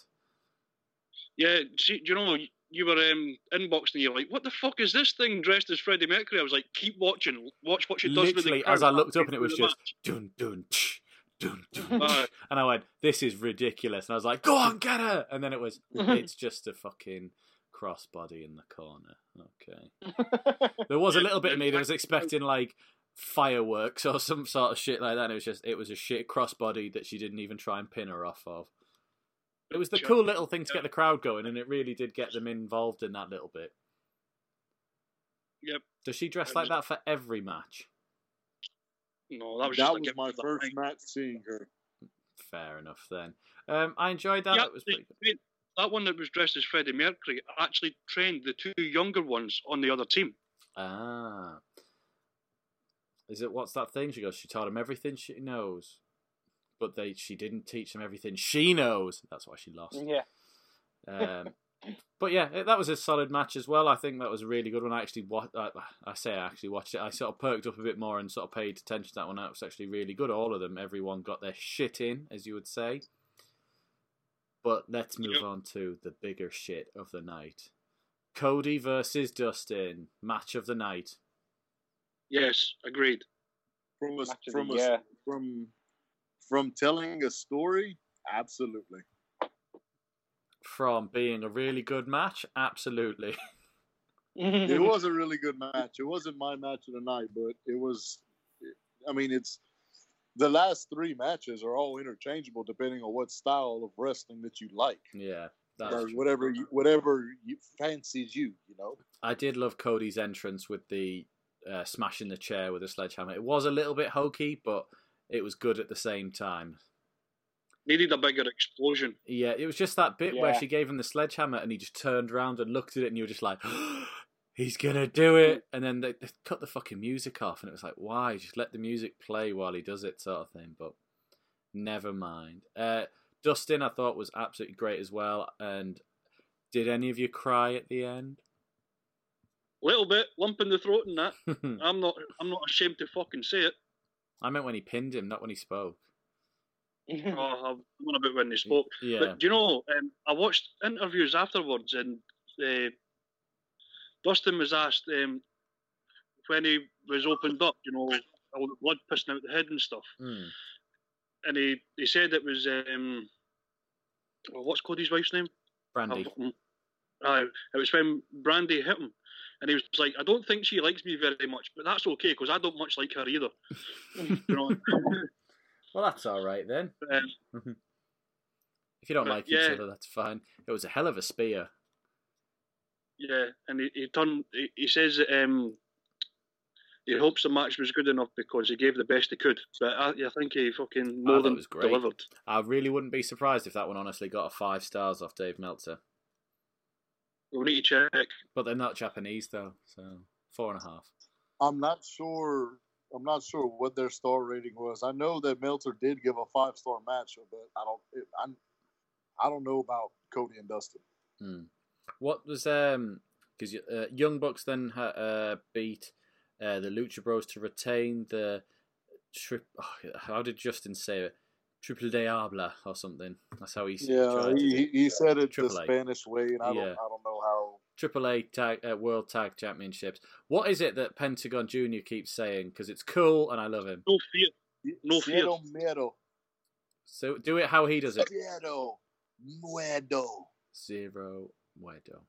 Speaker 5: Yeah, see, do you know, you were um, inboxing and you're like, what the fuck is this thing dressed as Freddie Mercury? I was like, keep watching, watch what she does with the
Speaker 2: Literally, as
Speaker 5: crowd
Speaker 2: I looked up and it
Speaker 5: halfway
Speaker 2: was
Speaker 5: through the
Speaker 2: just dun dun tsh, dun dun,
Speaker 5: Aye.
Speaker 2: tsh. and I went, "This is ridiculous." And I was like, "Go on, get her!" And then it was, "It's just a fucking crossbody in the corner." Okay. There was a little bit of me that was expecting like fireworks or some sort of shit like that. And it was just, it was a shit crossbody that she didn't even try and pin her off of. It was the cool little thing to get the crowd going, and it really did get them involved in that little bit.
Speaker 5: Yep.
Speaker 2: Does she dress like that for every match?
Speaker 5: No, that was
Speaker 4: that
Speaker 5: just
Speaker 4: was
Speaker 5: like,
Speaker 4: my
Speaker 5: it
Speaker 4: first
Speaker 5: like-
Speaker 4: match seeing her.
Speaker 2: Fair enough then. Um, I enjoyed that.
Speaker 5: Yeah,
Speaker 2: that was pretty good.
Speaker 5: That one that was dressed as Freddie Mercury actually trained the two younger ones on the other team.
Speaker 2: Ah. Is it what's that thing? She goes. She taught him everything she knows, but they she didn't teach him everything she knows. That's why she lost.
Speaker 3: Yeah.
Speaker 2: Um, but yeah, it, that was a solid match as well. I think that was a really good one. I actually wa- I, I say I actually watched it. I sort of perked up a bit more and sort of paid attention to that one. That was actually really good. All of them, everyone got their shit in, as you would say. But let's move
Speaker 5: Yep.
Speaker 2: on to the bigger shit of the night. Cody versus Dustin, match of the night.
Speaker 5: Yes, agreed.
Speaker 4: From a,
Speaker 3: Match of
Speaker 4: from
Speaker 3: the
Speaker 4: a,
Speaker 3: year.
Speaker 4: from from telling a story, absolutely.
Speaker 2: From being a really good match, absolutely.
Speaker 4: it was a really good match. It wasn't my match of the night, but it was. I mean, it's the last three matches are all interchangeable depending on what style of wrestling that you like
Speaker 2: Yeah, that's
Speaker 4: or
Speaker 2: true.
Speaker 4: whatever you, whatever you, fancies you. You know,
Speaker 2: I did love Cody's entrance with the uh, smashing the chair with a sledgehammer. It was a little bit hokey, but it was good at the same time.
Speaker 5: Needed a bigger explosion.
Speaker 2: Yeah, it was just that bit where
Speaker 3: Yeah.
Speaker 2: she gave him the sledgehammer and he just turned around and looked at it and you were just like, he's going to do it. And then they, they cut the fucking music off and it was like, why? Just let the music play while he does it, sort of thing. But never mind. Uh, Dustin, I thought, was absolutely great as well. And did any of you cry at the end?
Speaker 5: Little bit lump in the throat and that. I'm not. I'm not ashamed to fucking say it.
Speaker 2: I meant when he pinned him, not when he spoke.
Speaker 5: Oh, I'm on about when they spoke.
Speaker 2: Hmm. Yeah.
Speaker 5: But do you know, um, I watched interviews afterwards, and uh, Dustin was asked um, when he was opened up. You know, all the blood pissing out the head and stuff.
Speaker 2: Mm.
Speaker 5: And he, he said it was um, oh, what's Cody's wife's name?
Speaker 2: Brandy.
Speaker 5: I've- mm, Aye, it was when Brandy hit him, and he was like, "I don't think she likes me very much, but that's okay because I don't much like her either." You know,
Speaker 2: Well, that's all right then.
Speaker 5: Um,
Speaker 2: If you don't
Speaker 5: but
Speaker 2: like each
Speaker 5: yeah.
Speaker 2: other, that's fine. It was a hell of a spear.
Speaker 5: yeah, and he, he turned. He, he says that, um, he hopes the match was good enough because he gave the best he could. But I, I think he fucking more
Speaker 2: Ah, that
Speaker 5: than
Speaker 2: was great.
Speaker 5: delivered.
Speaker 2: I really wouldn't be surprised if that one honestly got a five stars off Dave Meltzer.
Speaker 5: We need to check.
Speaker 2: But they're not Japanese though, so four and a half.
Speaker 4: I'm not sure. I'm not sure what their star rating was. I know that Meltzer did give a five star match, but I don't. It, I, I don't know about Cody and Dustin.
Speaker 2: Mm. What was um? Because uh, Young Bucks then ha- uh, beat uh, the Lucha Bros to retain the trip. Oh, how did Justin say it? Triple Diabla or something. That's how he s-
Speaker 4: Yeah,
Speaker 2: tried to do
Speaker 4: he, he said it the
Speaker 2: Triple A.
Speaker 4: Spanish way, and I don't.
Speaker 2: Yeah.
Speaker 4: I don't know how.
Speaker 2: Triple A tag, uh, World Tag Championships. What is it that Pentagon Junior keeps saying? Because it's cool and I love him.
Speaker 5: No fear. No
Speaker 4: Quiero miedo.
Speaker 2: So do it how he does it.
Speaker 4: Quiero miedo.
Speaker 2: Zero Wedo.
Speaker 5: Zero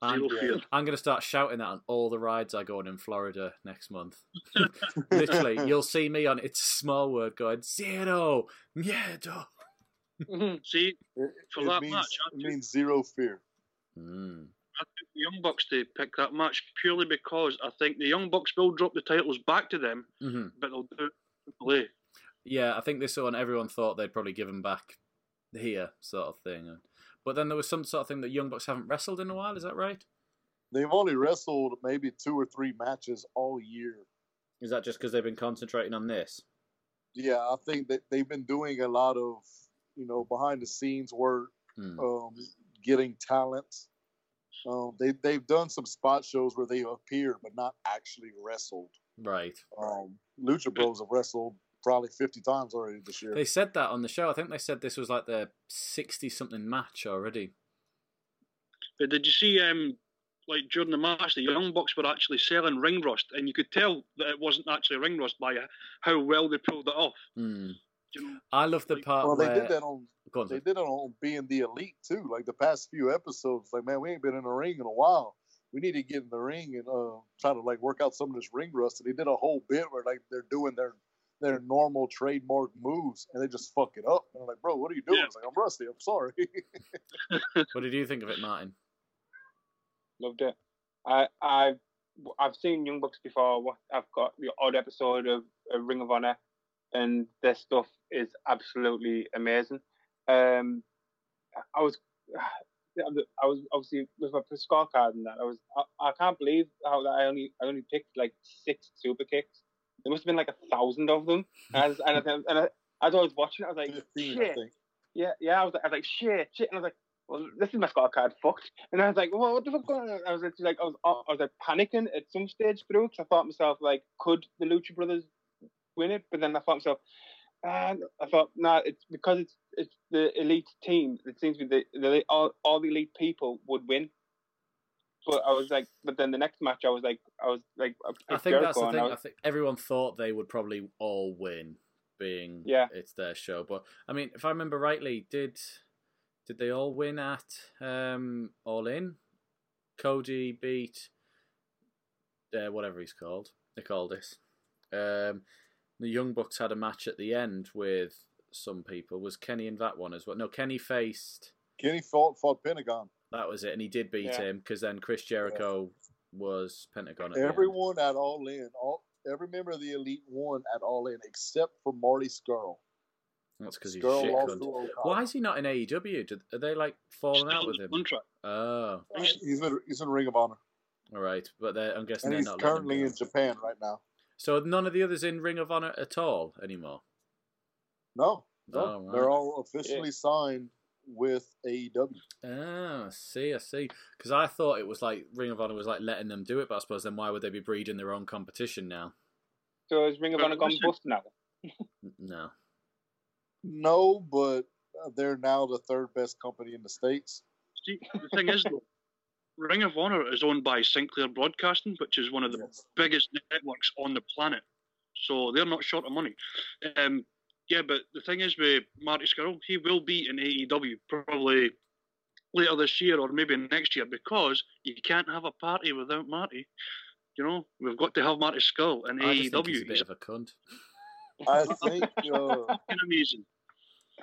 Speaker 2: I'm,
Speaker 5: fear.
Speaker 2: I'm going to start shouting that on all the rides I go on in Florida next month. Literally, you'll see me on It's a Small Word going, Zero Miedo.
Speaker 5: See,
Speaker 4: It,
Speaker 5: For
Speaker 4: it
Speaker 5: that
Speaker 4: means,
Speaker 5: match, I
Speaker 4: it
Speaker 5: do.
Speaker 4: means zero fear.
Speaker 2: Mm.
Speaker 5: I took the Young Bucks to pick that match purely because I think the Young Bucks will drop the titles back to them,
Speaker 2: hmm
Speaker 5: but they'll do it properly.
Speaker 2: Yeah, I think this one everyone thought they'd probably give him back here, sort of thing. And- But then there was some sort of thing that Young Bucks haven't wrestled in a while. Is that right?
Speaker 4: They've only wrestled maybe two or three matches all year.
Speaker 2: Is that just because they've been concentrating on this?
Speaker 4: Yeah, I think that they've been doing a lot of, you know, behind the scenes work,
Speaker 2: Hmm.
Speaker 4: um, getting talents. Um, they they've done some spot shows where they appeared but not actually wrestled.
Speaker 2: Right.
Speaker 4: Um, Lucha Bros have wrestled probably fifty times already this year.
Speaker 2: They said that on the show. I think they said this was like their sixty something match already.
Speaker 5: But did you see, um, like during the match, the Young Bucks were actually selling ring rust, and you could tell that it wasn't actually ring rust by how well they pulled it off.
Speaker 2: Hmm.
Speaker 5: Do you know?
Speaker 2: I love the part
Speaker 4: Well, they
Speaker 2: where
Speaker 4: did that on
Speaker 2: Go on,
Speaker 4: they
Speaker 2: Zach.
Speaker 4: did it on being the elite too. Like the past few episodes, like man, we ain't been in the ring in a while. We need to get in the ring and uh, try to like work out some of this ring rust. And they did a whole bit where like they're doing their their normal trademark moves and they just fuck it up. And I'm like, bro, what are you doing?
Speaker 5: Yeah.
Speaker 4: It's like I'm rusty. I'm sorry.
Speaker 2: What did you think of it, Martin?
Speaker 3: Loved it. I I've I've seen Young Bucks before. What- I've got the odd episode of, of Ring of Honor, and their stuff is absolutely amazing. Um, I was I was obviously with my scorecard and that. I was I, I can't believe how that I only I only picked like six super kicks. There must have been like a thousand of them. And I was, and I, and I, as I was watching, it, I was like,
Speaker 4: Fifteen, I
Speaker 3: shit
Speaker 4: think.
Speaker 3: yeah, yeah. I was like, I was like, shit, shit, and I was like, well, this is my scorecard fucked. And I was like, well, what the fuck going on? I was like, like I was, I was like panicking at some stage through 'cause I thought to myself like, could the Lucha Brothers win it? But then I thought to myself, and I thought, nah, it's because it's it's the elite team. It seems to be the, the all, all the elite people would win. But I was like, but then the next match, I was like, I was like, I
Speaker 2: I
Speaker 3: picked
Speaker 2: think that's
Speaker 3: Jericho
Speaker 2: the
Speaker 3: and
Speaker 2: thing.
Speaker 3: I
Speaker 2: I
Speaker 3: was-
Speaker 2: think everyone thought they would probably all win, being
Speaker 3: Yeah.
Speaker 2: it's their show. But I mean, if I remember rightly, did did they all win at um, All In? Cody beat uh, whatever he's called, Nick Aldis. Um, the Young Bucks had a match at the end with some people. Was Kenny in that one as well? No, Kenny faced.
Speaker 4: Kenny fought fought Pentagon.
Speaker 2: That was it, and he did beat him 'cause
Speaker 3: Yeah.
Speaker 2: him because then Chris Jericho was Pentagon. At Everyone.
Speaker 4: Everyone at all in. All every member of the elite won at all in except for Marty Skrull.
Speaker 2: That's because he's
Speaker 4: Skrull
Speaker 2: shit
Speaker 4: lost
Speaker 2: cunt.
Speaker 4: to Okada.
Speaker 2: Why is he not in AEW? Do- Are they like
Speaker 5: Still
Speaker 2: falling out with
Speaker 5: under
Speaker 2: him?
Speaker 5: contract.
Speaker 2: Oh,
Speaker 4: He's in, he's in Ring of Honor
Speaker 2: all right. But they're, I'm guessing
Speaker 4: and
Speaker 2: they're
Speaker 4: he's
Speaker 2: not letting him
Speaker 4: currently
Speaker 2: go.
Speaker 4: in Japan right now.
Speaker 2: So none of the others in Ring of Honor at all anymore.
Speaker 4: No, no,
Speaker 2: Oh, right.
Speaker 4: they're all officially signed with E AEW.
Speaker 2: Ah, I see, I see. Because I thought it was like Ring of Honor was like letting them do it, but I suppose then why would they be breeding their own competition now?
Speaker 3: so is Ring of Honor gone
Speaker 5: Listen.
Speaker 3: bust now?
Speaker 2: N- No.
Speaker 4: No, but they're now the third best company in the states.
Speaker 5: See, the thing is, though, Ring of Honor is owned by Sinclair Broadcasting, which is one of the
Speaker 4: Yes.
Speaker 5: biggest networks on the planet. So they're not short of money. Um, yeah, but the thing is with Marty Skrull, he will be in AEW probably later this year or maybe next year because you can't have a party without Marty. You know, we've got to have Marty Skrull in
Speaker 2: I
Speaker 5: AEW.
Speaker 2: just think he's a bit
Speaker 5: E He's
Speaker 2: of a cunt.
Speaker 4: I think uh,
Speaker 5: fucking amazing.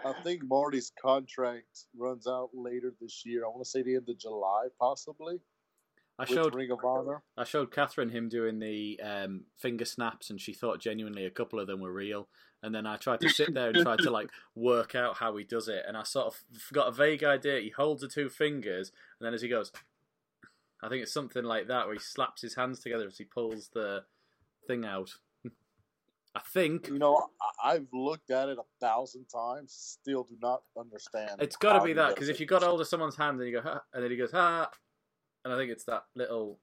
Speaker 4: I think Marty's contract runs out later this year. I want to say the end of July, possibly.
Speaker 2: I
Speaker 4: with
Speaker 2: showed
Speaker 4: Ring of Honor.
Speaker 2: I showed Catherine him doing the um, finger snaps, and she thought genuinely a couple of them were real. And then I tried to sit there and try to like work out how he does it, and I sort of got a vague idea. He holds the two fingers, and then as he goes, I think it's something like that, where he slaps his hands together as he pulls the thing out. I think
Speaker 4: You know, I, I've looked at it a thousand times, still do not understand.
Speaker 2: it's got to
Speaker 4: how
Speaker 2: be
Speaker 4: he
Speaker 2: that
Speaker 4: does
Speaker 2: because
Speaker 4: it.
Speaker 2: if you got hold of someone's hand and you go, ha, and then he goes, ha, and I think it's that little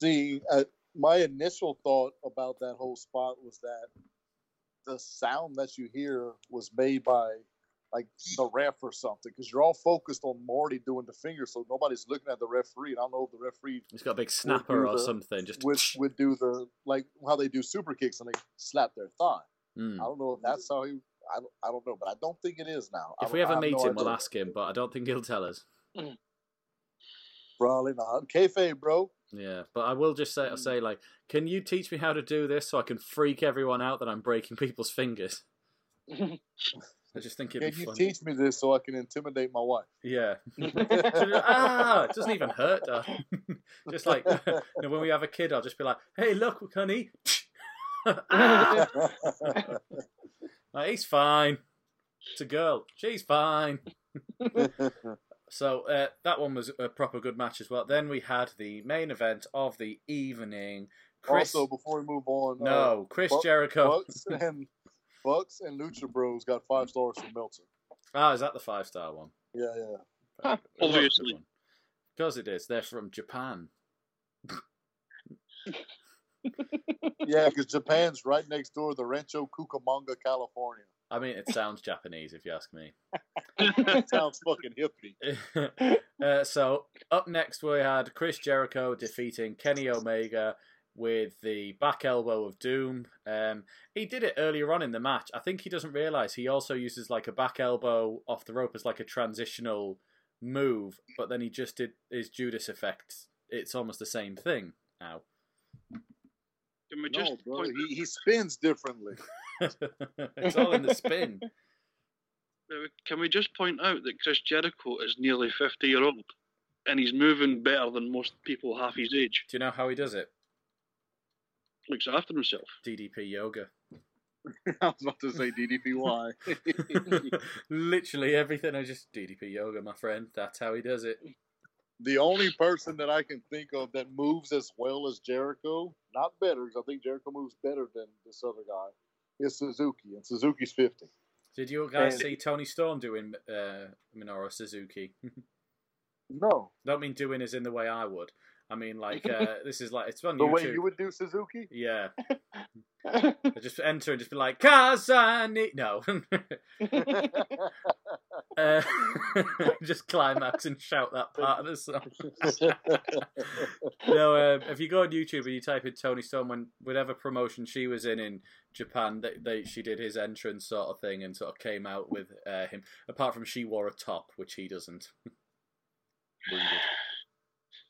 Speaker 4: the uh, my initial thought about that whole spot was that the sound that you hear was made by like the ref or something because you're all focused on Marty doing the finger, so nobody's looking at the referee. And I don't know if the referee
Speaker 2: It's got a big snapper or
Speaker 4: the-
Speaker 2: something. Just
Speaker 4: would would do the like how they do super kicks and they slap their thigh.
Speaker 2: Mm.
Speaker 4: I don't know if that's how he. I don't, I don't know, but I don't think it is now. I
Speaker 2: If
Speaker 4: don't-
Speaker 2: we
Speaker 4: I
Speaker 2: ever
Speaker 4: have
Speaker 2: meet
Speaker 4: no
Speaker 2: him, we'll
Speaker 4: idea.
Speaker 2: ask him, but I don't think he'll tell us.
Speaker 4: Probably not. Kayfabe, bro.
Speaker 2: Yeah, but I will just say, I'll say like, can you teach me how to do this so I can freak everyone out that I'm breaking people's fingers? I just think it'd
Speaker 4: Can
Speaker 2: be
Speaker 4: you
Speaker 2: funny.
Speaker 4: teach me this so I can intimidate my wife?
Speaker 2: Yeah. ah, it doesn't even hurt. uh, just like you know, when we have a kid, I'll just be like, "Hey, look, honey, ah! like, he's fine. It's a girl. She's fine." So uh, that one was a proper good match as well. Then we had the main event of the evening. Chris,
Speaker 4: also, before we move on, uh,
Speaker 2: no, Chris
Speaker 4: Bu-
Speaker 2: Jericho.
Speaker 4: Bucks and Bucks and Lucha Bros got five stars from Meltzer.
Speaker 2: Ah, is that the five star one?
Speaker 4: Yeah, yeah.
Speaker 5: Obviously.
Speaker 2: Because it is. They're from Japan.
Speaker 4: Yeah, because Japan's right next door to Rancho Cucamonga, California.
Speaker 2: I mean, it sounds Japanese if you ask me.
Speaker 4: Sounds fucking hippie.
Speaker 2: uh, so up next we had Chris Jericho defeating Kenny Omega with the back elbow of Doom. Um, he did it earlier on in the match. I think he doesn't realize he also uses like a back elbow off the rope as like a transitional move, but then he just did his Judas effect. It's almost the same thing now.
Speaker 5: Can we just
Speaker 4: No, bro,
Speaker 5: point
Speaker 4: he, he spins differently.
Speaker 2: it's all in the spin.
Speaker 5: out, can we just point out that Chris Jericho is nearly fifty year old, and he's moving better than most people half his age.
Speaker 2: Do you know how he does it?
Speaker 5: Looks after himself.
Speaker 2: DDP yoga.
Speaker 4: I was about to say DDPY.
Speaker 2: Literally everything. I just DDP yoga, my friend. That's how he does it.
Speaker 4: the only person that I can think of that moves as well as Jericho, not better, 'cause I think Jericho moves better than this other guy, is Suzuki, and Suzuki's 50.
Speaker 2: Did you guys
Speaker 4: And-
Speaker 2: see Tony Storm doing uh, Minoru Suzuki?
Speaker 4: No.
Speaker 2: Don't mean doing as in the way I would. I mean like uh, this is like it's on
Speaker 4: The
Speaker 2: YouTube.
Speaker 4: way you would do Suzuki?
Speaker 2: Yeah, I just enter and just be like, "Cause I need no." uh, just climax and shout that part of the song. no, um, if you go on YouTube and you type in Tony Storm, when whatever promotion she was in in Japan, they, they she did his entrance sort of thing and sort of came out with uh, him. Apart from she wore a top, which he doesn't. Wounded.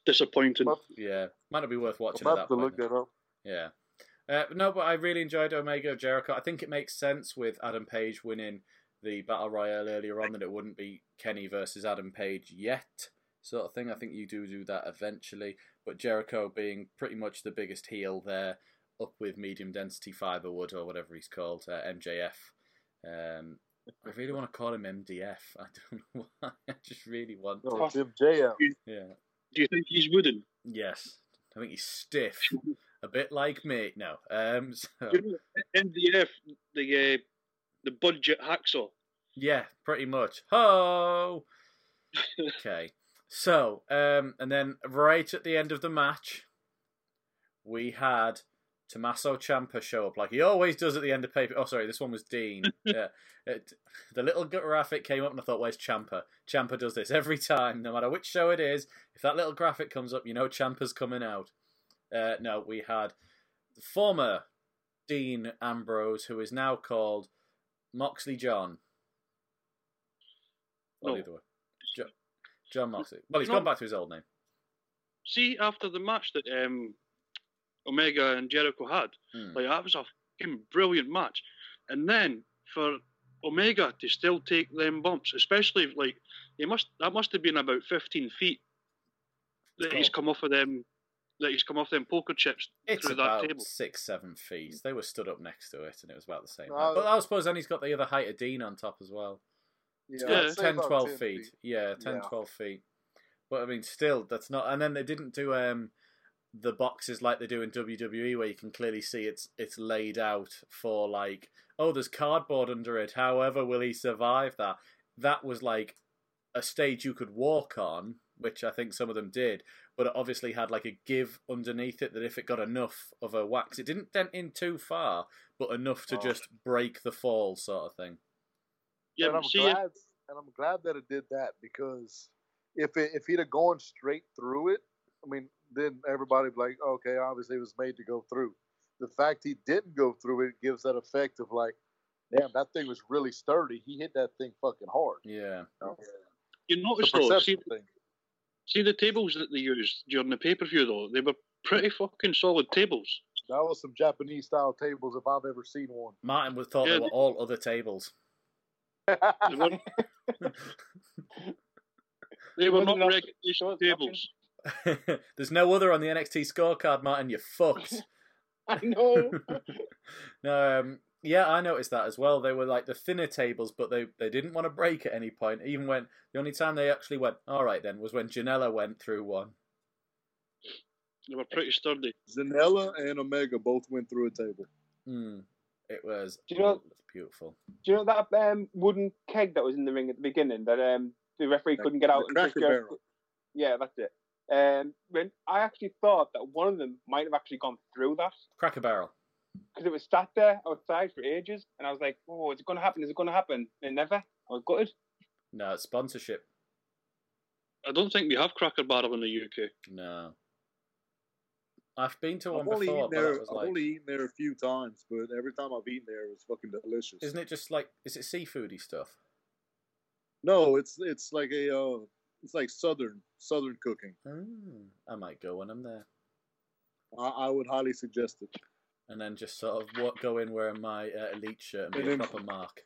Speaker 5: Disappointing.
Speaker 4: Well,
Speaker 2: Yeah, might not be worth watching at
Speaker 4: I'm about
Speaker 2: that
Speaker 4: to
Speaker 2: point.
Speaker 4: look
Speaker 2: then.
Speaker 4: that up.
Speaker 2: Yeah. Uh, no, but I really enjoyed Omega Jericho. I think it makes sense with Adam Page winning the Battle Royale earlier on that it wouldn't be Kenny versus Adam Page yet, sort of thing. I think you do do that eventually. But Jericho being pretty much the biggest heel there, up with medium density fiberwood or whatever he's called, uh, MJF. Um, I really want to call him MDF. I don't know why. I just really want.
Speaker 4: No, it's MJF.
Speaker 2: Yeah.
Speaker 5: Do you think he's wooden?
Speaker 2: Yes. I think he's stiff. A bit like me. No. Um, so.
Speaker 5: You know, MDF, the uh, the budget hacksaw.
Speaker 2: Yeah, pretty much. Ho! okay. So, um, and then right at the end of the match, we had Tommaso Ciampa show up like he always does at the end of paper. Oh, sorry, this one was Dean. yeah. It, the little graphic came up, and I thought, where's Ciampa? Ciampa does this every time, no matter which show it is. If that little graphic comes up, you know Ciampa's coming out. Uh, no, we had former Dean Ambrose, who is now called Moxley John. Or
Speaker 5: No.
Speaker 2: the other way. Jo- John Moxley. Well, he's
Speaker 5: No.
Speaker 2: gone back to his old name.
Speaker 5: See, after the match that um, Omega and Jericho had,
Speaker 2: Hmm.
Speaker 5: like that was a fucking brilliant match. And then for Omega to still take them bumps, especially if, like they must that must have been about fifteen feet that he's
Speaker 2: Oh.
Speaker 5: come off of them, that he's come off them poker chips
Speaker 2: It's
Speaker 5: through that
Speaker 2: about
Speaker 5: table.
Speaker 2: six, seven feet. They were stood up next to it, and it was about the same.
Speaker 4: No,
Speaker 2: height.
Speaker 4: I-
Speaker 2: But I suppose then he's got the other height of Dean on top as well.
Speaker 4: Yeah,
Speaker 5: Yeah.
Speaker 4: I'd say
Speaker 2: 10,
Speaker 4: about
Speaker 2: 12
Speaker 4: 10
Speaker 2: feet. Yeah, 10,
Speaker 4: Yeah.
Speaker 2: 12 feet. But I mean, still, that's not. And then they didn't do um, the boxes like they do in WWE, where you can clearly see it's it's laid out for like, oh, there's cardboard under it. However, will he survive that? That was like a stage you could walk on, which I think some of them did. But it obviously had like a give underneath it that if it got enough of a wax, it didn't dent in too far, but enough to
Speaker 4: Oh.
Speaker 2: just break the fall, sort of thing.
Speaker 5: Yeah,
Speaker 4: and I'm
Speaker 5: but see,
Speaker 4: glad, and I'm glad that it did that because if it, if he'd have gone straight through it, I mean, then everybody would be like, okay, obviously it was made to go through. The fact he didn't go through it gives that effect of like, damn, that thing was really sturdy. He hit that thing fucking hard.
Speaker 2: Yeah.
Speaker 4: you know?
Speaker 5: you
Speaker 4: It's
Speaker 5: notice
Speaker 4: a
Speaker 5: though, see,
Speaker 4: perception thing.
Speaker 5: see the tables that they used during the pay per view though, they were pretty fucking solid tables.
Speaker 4: That was some Japanese style tables if I've ever seen one.
Speaker 2: Martin would thought they
Speaker 5: Yeah,
Speaker 2: were
Speaker 5: they-
Speaker 2: all other tables.
Speaker 5: They weren't, they were not
Speaker 3: Wasn't that-
Speaker 5: recognition
Speaker 3: wasn't that
Speaker 5: tables.
Speaker 2: There's no other on the NXT scorecard, Martin. You're fucked.
Speaker 3: I know.
Speaker 2: no, um, yeah, I noticed that as well. They were like the thinner tables, but they, they didn't want to break at any point. Even when the only time they actually went, all right then, was when Janela went through one.
Speaker 5: They were pretty sturdy.
Speaker 4: Zanella and Omega both went through a table.
Speaker 2: Mm, it was
Speaker 3: Do you know-
Speaker 2: beautiful.
Speaker 3: Do you know that um, wooden keg that was in the ring at the beginning that um, the referee couldn't get out?
Speaker 4: The
Speaker 3: and
Speaker 4: Cracker
Speaker 3: Chris Jericho-
Speaker 4: Barrel.
Speaker 3: Yeah, that's it. Um, when I actually thought that one of them might have actually gone through that
Speaker 2: Cracker Barrel.
Speaker 3: because it was sat there outside for ages, and I was like, "Oh, is it going to happen? Is it going to happen?" And it never. I was gutted.
Speaker 2: No, it's sponsorship.
Speaker 5: I don't think we have Cracker Barrel in the UK.
Speaker 2: No. I've been to one
Speaker 4: I've only
Speaker 2: before,
Speaker 4: eaten
Speaker 2: but
Speaker 4: there.
Speaker 2: that
Speaker 4: I've
Speaker 2: was like,
Speaker 4: only eaten there a few times, but every time I've eaten there, it was fucking delicious.
Speaker 2: isn't it just like, is it seafoody stuff?
Speaker 4: No, it's it's like a uh, it's like southern southern cooking.
Speaker 2: Mm, I might go when I'm there.
Speaker 4: I, I would highly suggest it.
Speaker 2: and then just sort of what go in wearing my uh, elite shirt and be
Speaker 4: And
Speaker 2: a
Speaker 4: then-
Speaker 2: proper mark.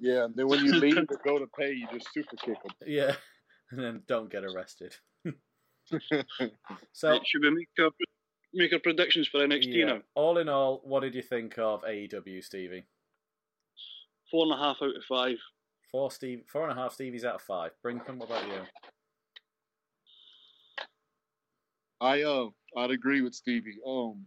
Speaker 4: Yeah, and then when you leave to go to pay, you just super kick them.
Speaker 2: Yeah, and then don't get arrested. so
Speaker 5: Should we make our, make our predictions for NXT
Speaker 2: yeah,
Speaker 5: now?
Speaker 2: all in all, what did you think of AEW, Stevie?
Speaker 5: Four and a half out of five.
Speaker 2: Four Steve, four and a half Stevies out of five. Brinkham, what about you?
Speaker 4: I uh, I'd agree with Stevie. Um,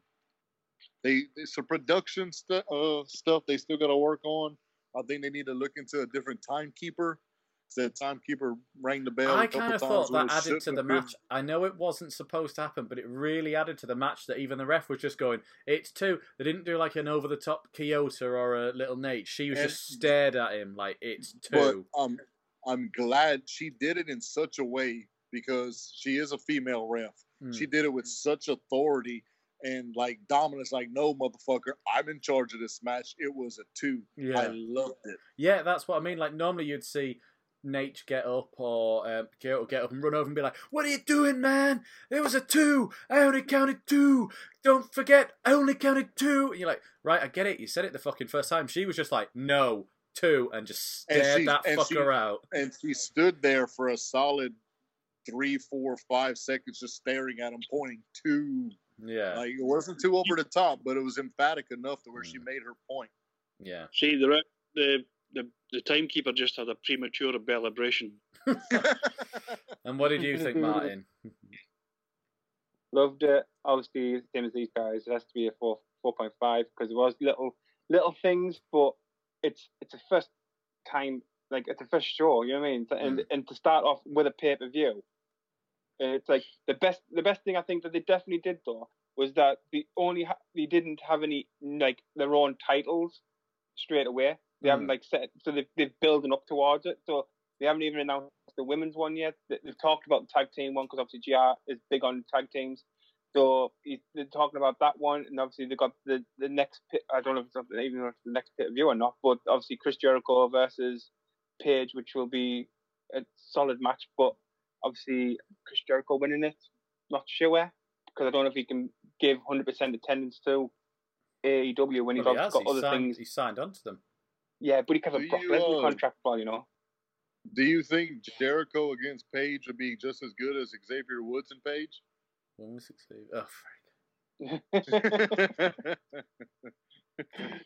Speaker 4: they it's a production stu- uh, stuff they still got to work on. I think they need to look into a different timekeeper. 'Cause That timekeeper rang the bell. a
Speaker 2: I
Speaker 4: couple
Speaker 2: kind of
Speaker 4: times
Speaker 2: thought
Speaker 4: where
Speaker 2: that
Speaker 4: it
Speaker 2: added to
Speaker 4: shouldn't
Speaker 2: the
Speaker 4: have been.
Speaker 2: match. I know it wasn't supposed to happen, but it really added to the match that even the ref was just going, "It's two. They didn't do like an over the top Kyoto or a little Nate. She was
Speaker 4: And-
Speaker 2: just stared at him like it's
Speaker 4: But
Speaker 2: two.
Speaker 4: um, I'm glad she did it in such a way because she is a female ref.
Speaker 2: Mm.
Speaker 4: She did it with such authority and like dominance. Like, no, motherfucker, I'm in charge of this match. It was a two.
Speaker 2: yeah.
Speaker 4: I loved it.
Speaker 2: Yeah, that's what I mean. Like normally you'd see Nate get up or um, Kyoto get up and run over and be like, "What are you doing, man? It was a two. I only counted two. Don't forget, I only counted two. And you're like, "Right, I get it. You said it the fucking first time." She was just like, "No, two, and just
Speaker 4: And
Speaker 2: stared
Speaker 4: she-
Speaker 2: that
Speaker 4: and
Speaker 2: fucker
Speaker 4: she-
Speaker 2: out.
Speaker 4: And she stood there for a solid three, four, five seconds, just staring at him, pointing two.
Speaker 2: Yeah,
Speaker 4: Like, it wasn't too over the top, but it was emphatic enough to where she
Speaker 2: Mm.
Speaker 4: made her point.
Speaker 2: yeah.
Speaker 5: See, the re- the the, the timekeeper just had a premature celebration.
Speaker 2: And what did you think, Martin?
Speaker 3: Loved it. Obviously, same as these guys. It has to be a four four point five because it was little little things, but it's it's a first time like it's a first show. You know what I mean? And and to start off with a pay per view, it's like the best the best thing I think that they definitely did though was that they only ha- they didn't have any like their own titles straight away. They haven't
Speaker 2: Mm.
Speaker 3: like set so they've they've building up towards it. So they haven't even announced the women's one yet. They- They've talked about the tag team one because obviously GR is big on tag teams. So he- they're talking about that one, and obviously they got the the next. pit- I don't know if it's not- even if it's the next pit view or not, but obviously Chris Jericho versus Page, which will be a solid match. But obviously Chris Jericho winning it, not sure because I don't know if he can give hundred percent attendance to AEW when he's
Speaker 2: Well, he has.
Speaker 3: obviously
Speaker 2: He
Speaker 3: got other
Speaker 2: signed,
Speaker 3: things.
Speaker 2: he signed on to them.
Speaker 3: Yeah, but he could have
Speaker 4: Do
Speaker 3: got
Speaker 4: you,
Speaker 3: Lesnar
Speaker 4: uh,
Speaker 3: contract for all you know.
Speaker 4: Do you think Jericho against Paige would be just as good as Xavier Woods and Paige?
Speaker 2: One was six, eight- Oh, frick.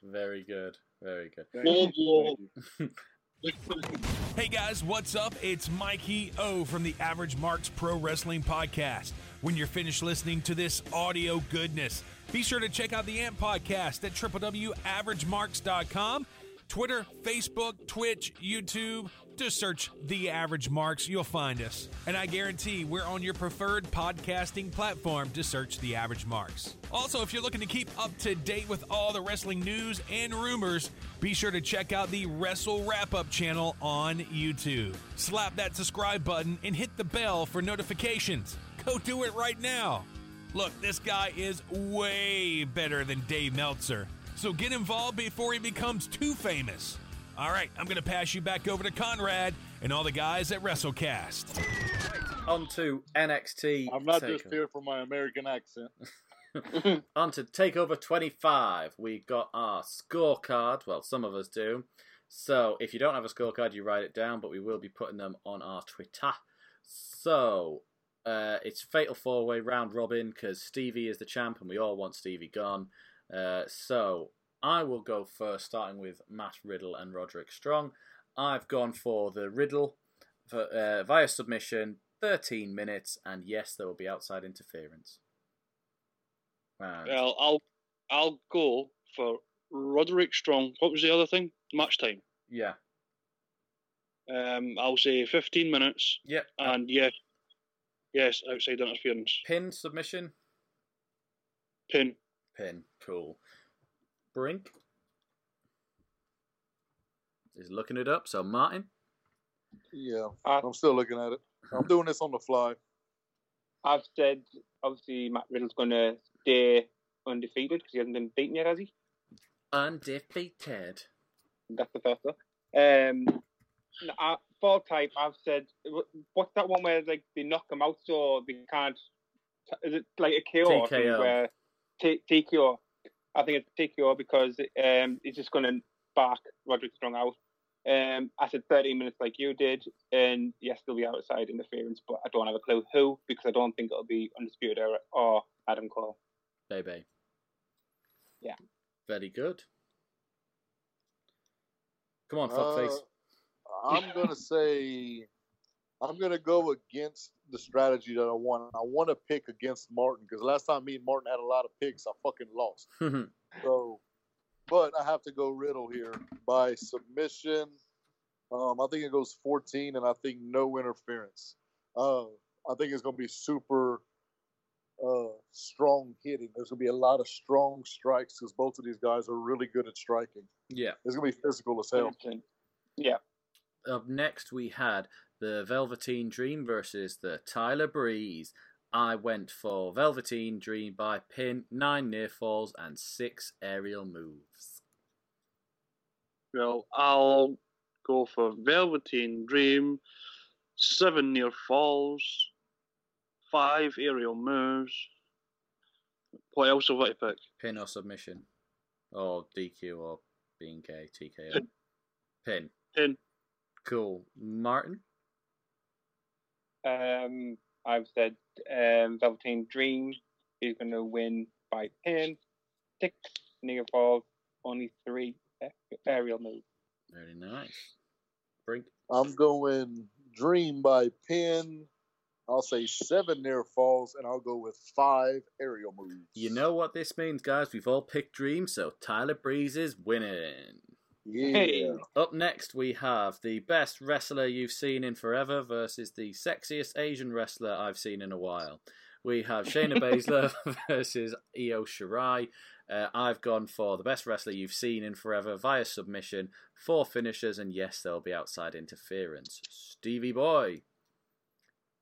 Speaker 2: very good, very good.
Speaker 5: Whoa, whoa.
Speaker 1: Hey guys, what's up? It's Mikey O from the Average Marks Pro Wrestling Podcast. When you're finished listening to this audio goodness, be sure to check out the AMP Podcast at www.averagemarks.com, Twitter, Facebook, Twitch, YouTube. Just search The Average Marks, you'll find us. And I guarantee we're on your preferred podcasting platform to search The Average Marks. Also, if you're looking to keep up to date with all the wrestling news and rumors, be sure to check out the Wrestle Wrap Up channel on YouTube. Slap that subscribe button and hit the bell for notifications. Go do it right now. Look, this guy is way better than Dave Meltzer, so get involved before he becomes too famous. All right, I'm going to pass you back over to Conrad and all the guys at WrestleCast.
Speaker 2: On to NXT.
Speaker 4: I'm not just
Speaker 2: Takeover.
Speaker 4: here for my American accent.
Speaker 2: On to Takeover 25, we got our scorecard. Well, some of us do. So if you don't have a scorecard, you write it down, but we will be putting them on our Twitter. So uh, it's fatal four way round robin because Stevie is the champ and we all want Stevie gone. Uh, so I will go first, starting with Matt Riddle and Roderick Strong. I've gone for the Riddle for, uh, via submission, 13 minutes, and yes, there will be outside interference. And
Speaker 5: Well, I'll I'll go for Roderick Strong. What was the other thing? Match time.
Speaker 2: yeah,
Speaker 5: Um, I'll say 15 minutes,
Speaker 2: yep.
Speaker 5: and yes, yes, outside interference.
Speaker 2: Pin submission,
Speaker 5: Pin.
Speaker 2: pin, cool. Brink is looking it up. So Martin,
Speaker 4: Yeah,
Speaker 3: I,
Speaker 4: I'm still looking at it. I'm doing this on the fly.
Speaker 3: I've said obviously Matt Riddle's going to stay undefeated because he hasn't been beaten yet, has he?
Speaker 2: undefeated.
Speaker 3: That's the first one. Um, no, I, ball type. I've said wh- what's that one where like they knock him out so they can't? Is it like a KO? or something
Speaker 2: TKO.
Speaker 3: Where T- TKO. I think it's TKO because um, he's just going to bark Roderick Strong out. Um, I said 13 minutes like you did, and yes, there'll be outside interference, but I don't have a clue who because I don't think it'll be Undisputed Era or Adam Cole.
Speaker 2: Baby.
Speaker 3: Yeah.
Speaker 2: Very good. Come on, fuckface.
Speaker 4: Uh, I'm gonna say I'm gonna go against the strategy that I want. I want to pick against Martin because last time me and Martin had a lot of picks, I fucking lost. So, but I have to go Riddle here by submission. Um, I think it goes 14, and I think no interference. Uh, I think it's going to be super uh, strong hitting. There's going to be a lot of strong strikes because both of these guys are really good at striking.
Speaker 2: yeah.
Speaker 4: It's going to be physical as hell.
Speaker 3: Yeah,
Speaker 2: Up next, we had the Velveteen Dream versus the Tyler Breeze. I went for Velveteen Dream by pin, nine near falls, and six aerial moves.
Speaker 5: Well, I'll go for Velveteen Dream, seven near falls, five aerial moves. What else have I to pick?
Speaker 2: Pin or submission, or DQ or being K, TKO.
Speaker 5: Pin.
Speaker 2: Pin.
Speaker 5: Pin.
Speaker 2: Cool. Martin.
Speaker 3: Um, I've said um, Velveteen Dream is going to win by 10. Six near falls, only three a- aerial moves.
Speaker 2: Very nice. Brink.
Speaker 4: I'm going Dream by Pin. I'll say seven near falls, and I'll go with five aerial moves.
Speaker 2: You know what this means, guys. We've all picked Dream, so Tyler Breeze is winning.
Speaker 4: Yeah.
Speaker 3: Hey.
Speaker 2: Up next, we have the best wrestler you've seen in forever versus the sexiest Asian wrestler I've seen in a while. We have Shayna Baszler versus Io Shirai. Uh, I've gone for the best wrestler you've seen in forever via submission, four finishers, and yes, there'll be outside interference. Stevie Boy.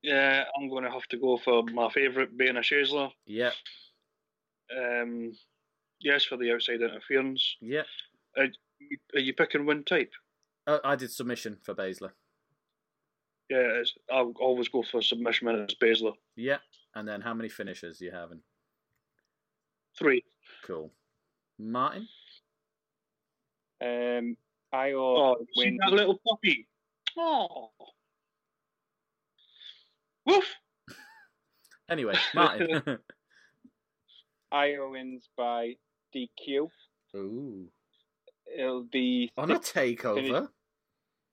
Speaker 5: Yeah, Uh, I'm going to have to go for my favourite, Baina Shazler.
Speaker 2: Yep,
Speaker 5: Um, yes, for the outside interference.
Speaker 2: yep.
Speaker 5: Are you picking win type?
Speaker 2: Uh, I did submission for Baszler.
Speaker 5: Yeah, it's, I'll always go for submission minutes, Baszler.
Speaker 2: Yep. And then how many finishers do you have? in?
Speaker 5: Three.
Speaker 2: Cool. Martin?
Speaker 3: Um, I will
Speaker 5: Oh, see
Speaker 3: win.
Speaker 5: that little puppy. Oh. Woof.
Speaker 2: Anyway, Martin.
Speaker 3: Io wins by DQ.
Speaker 2: Ooh.
Speaker 3: It'll be
Speaker 2: On a
Speaker 3: six-
Speaker 2: takeover?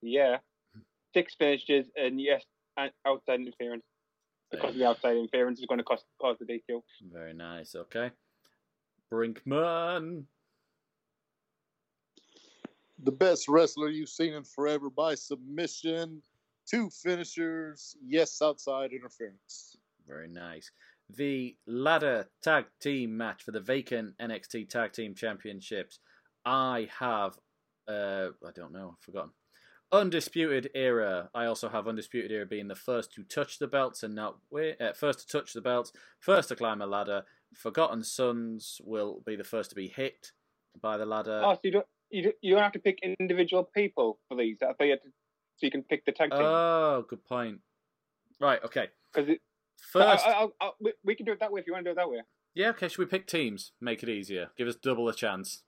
Speaker 3: yeah, six finishes and yes, and outside interference because the outside interference is going to cost, cause the DQ.
Speaker 2: Very nice, okay. Brinkman.
Speaker 4: the best wrestler you've seen in forever by submission. Two finishers, yes, outside interference.
Speaker 2: Very nice. The ladder tag team match for the vacant NXT Tag Team Championships. I have, uh, I don't know, I've forgotten. Undisputed Era. I also have Undisputed Era being the first to touch the belts and not wait. Uh, first to touch the belts, first to climb a ladder. Forgotten Sons will be the first to be hit by the ladder.
Speaker 3: oh, so you don't, you don't, you don't have to pick individual people for these. I thought you had to, so you can pick the tag team.
Speaker 2: Oh, good point. Right, okay.
Speaker 3: 'Cause it,
Speaker 2: First,
Speaker 3: I, I, I, I, we- we can do it that way if you want to do it that way.
Speaker 2: yeah, okay. Should we pick teams? Make it easier. Give us double a chance.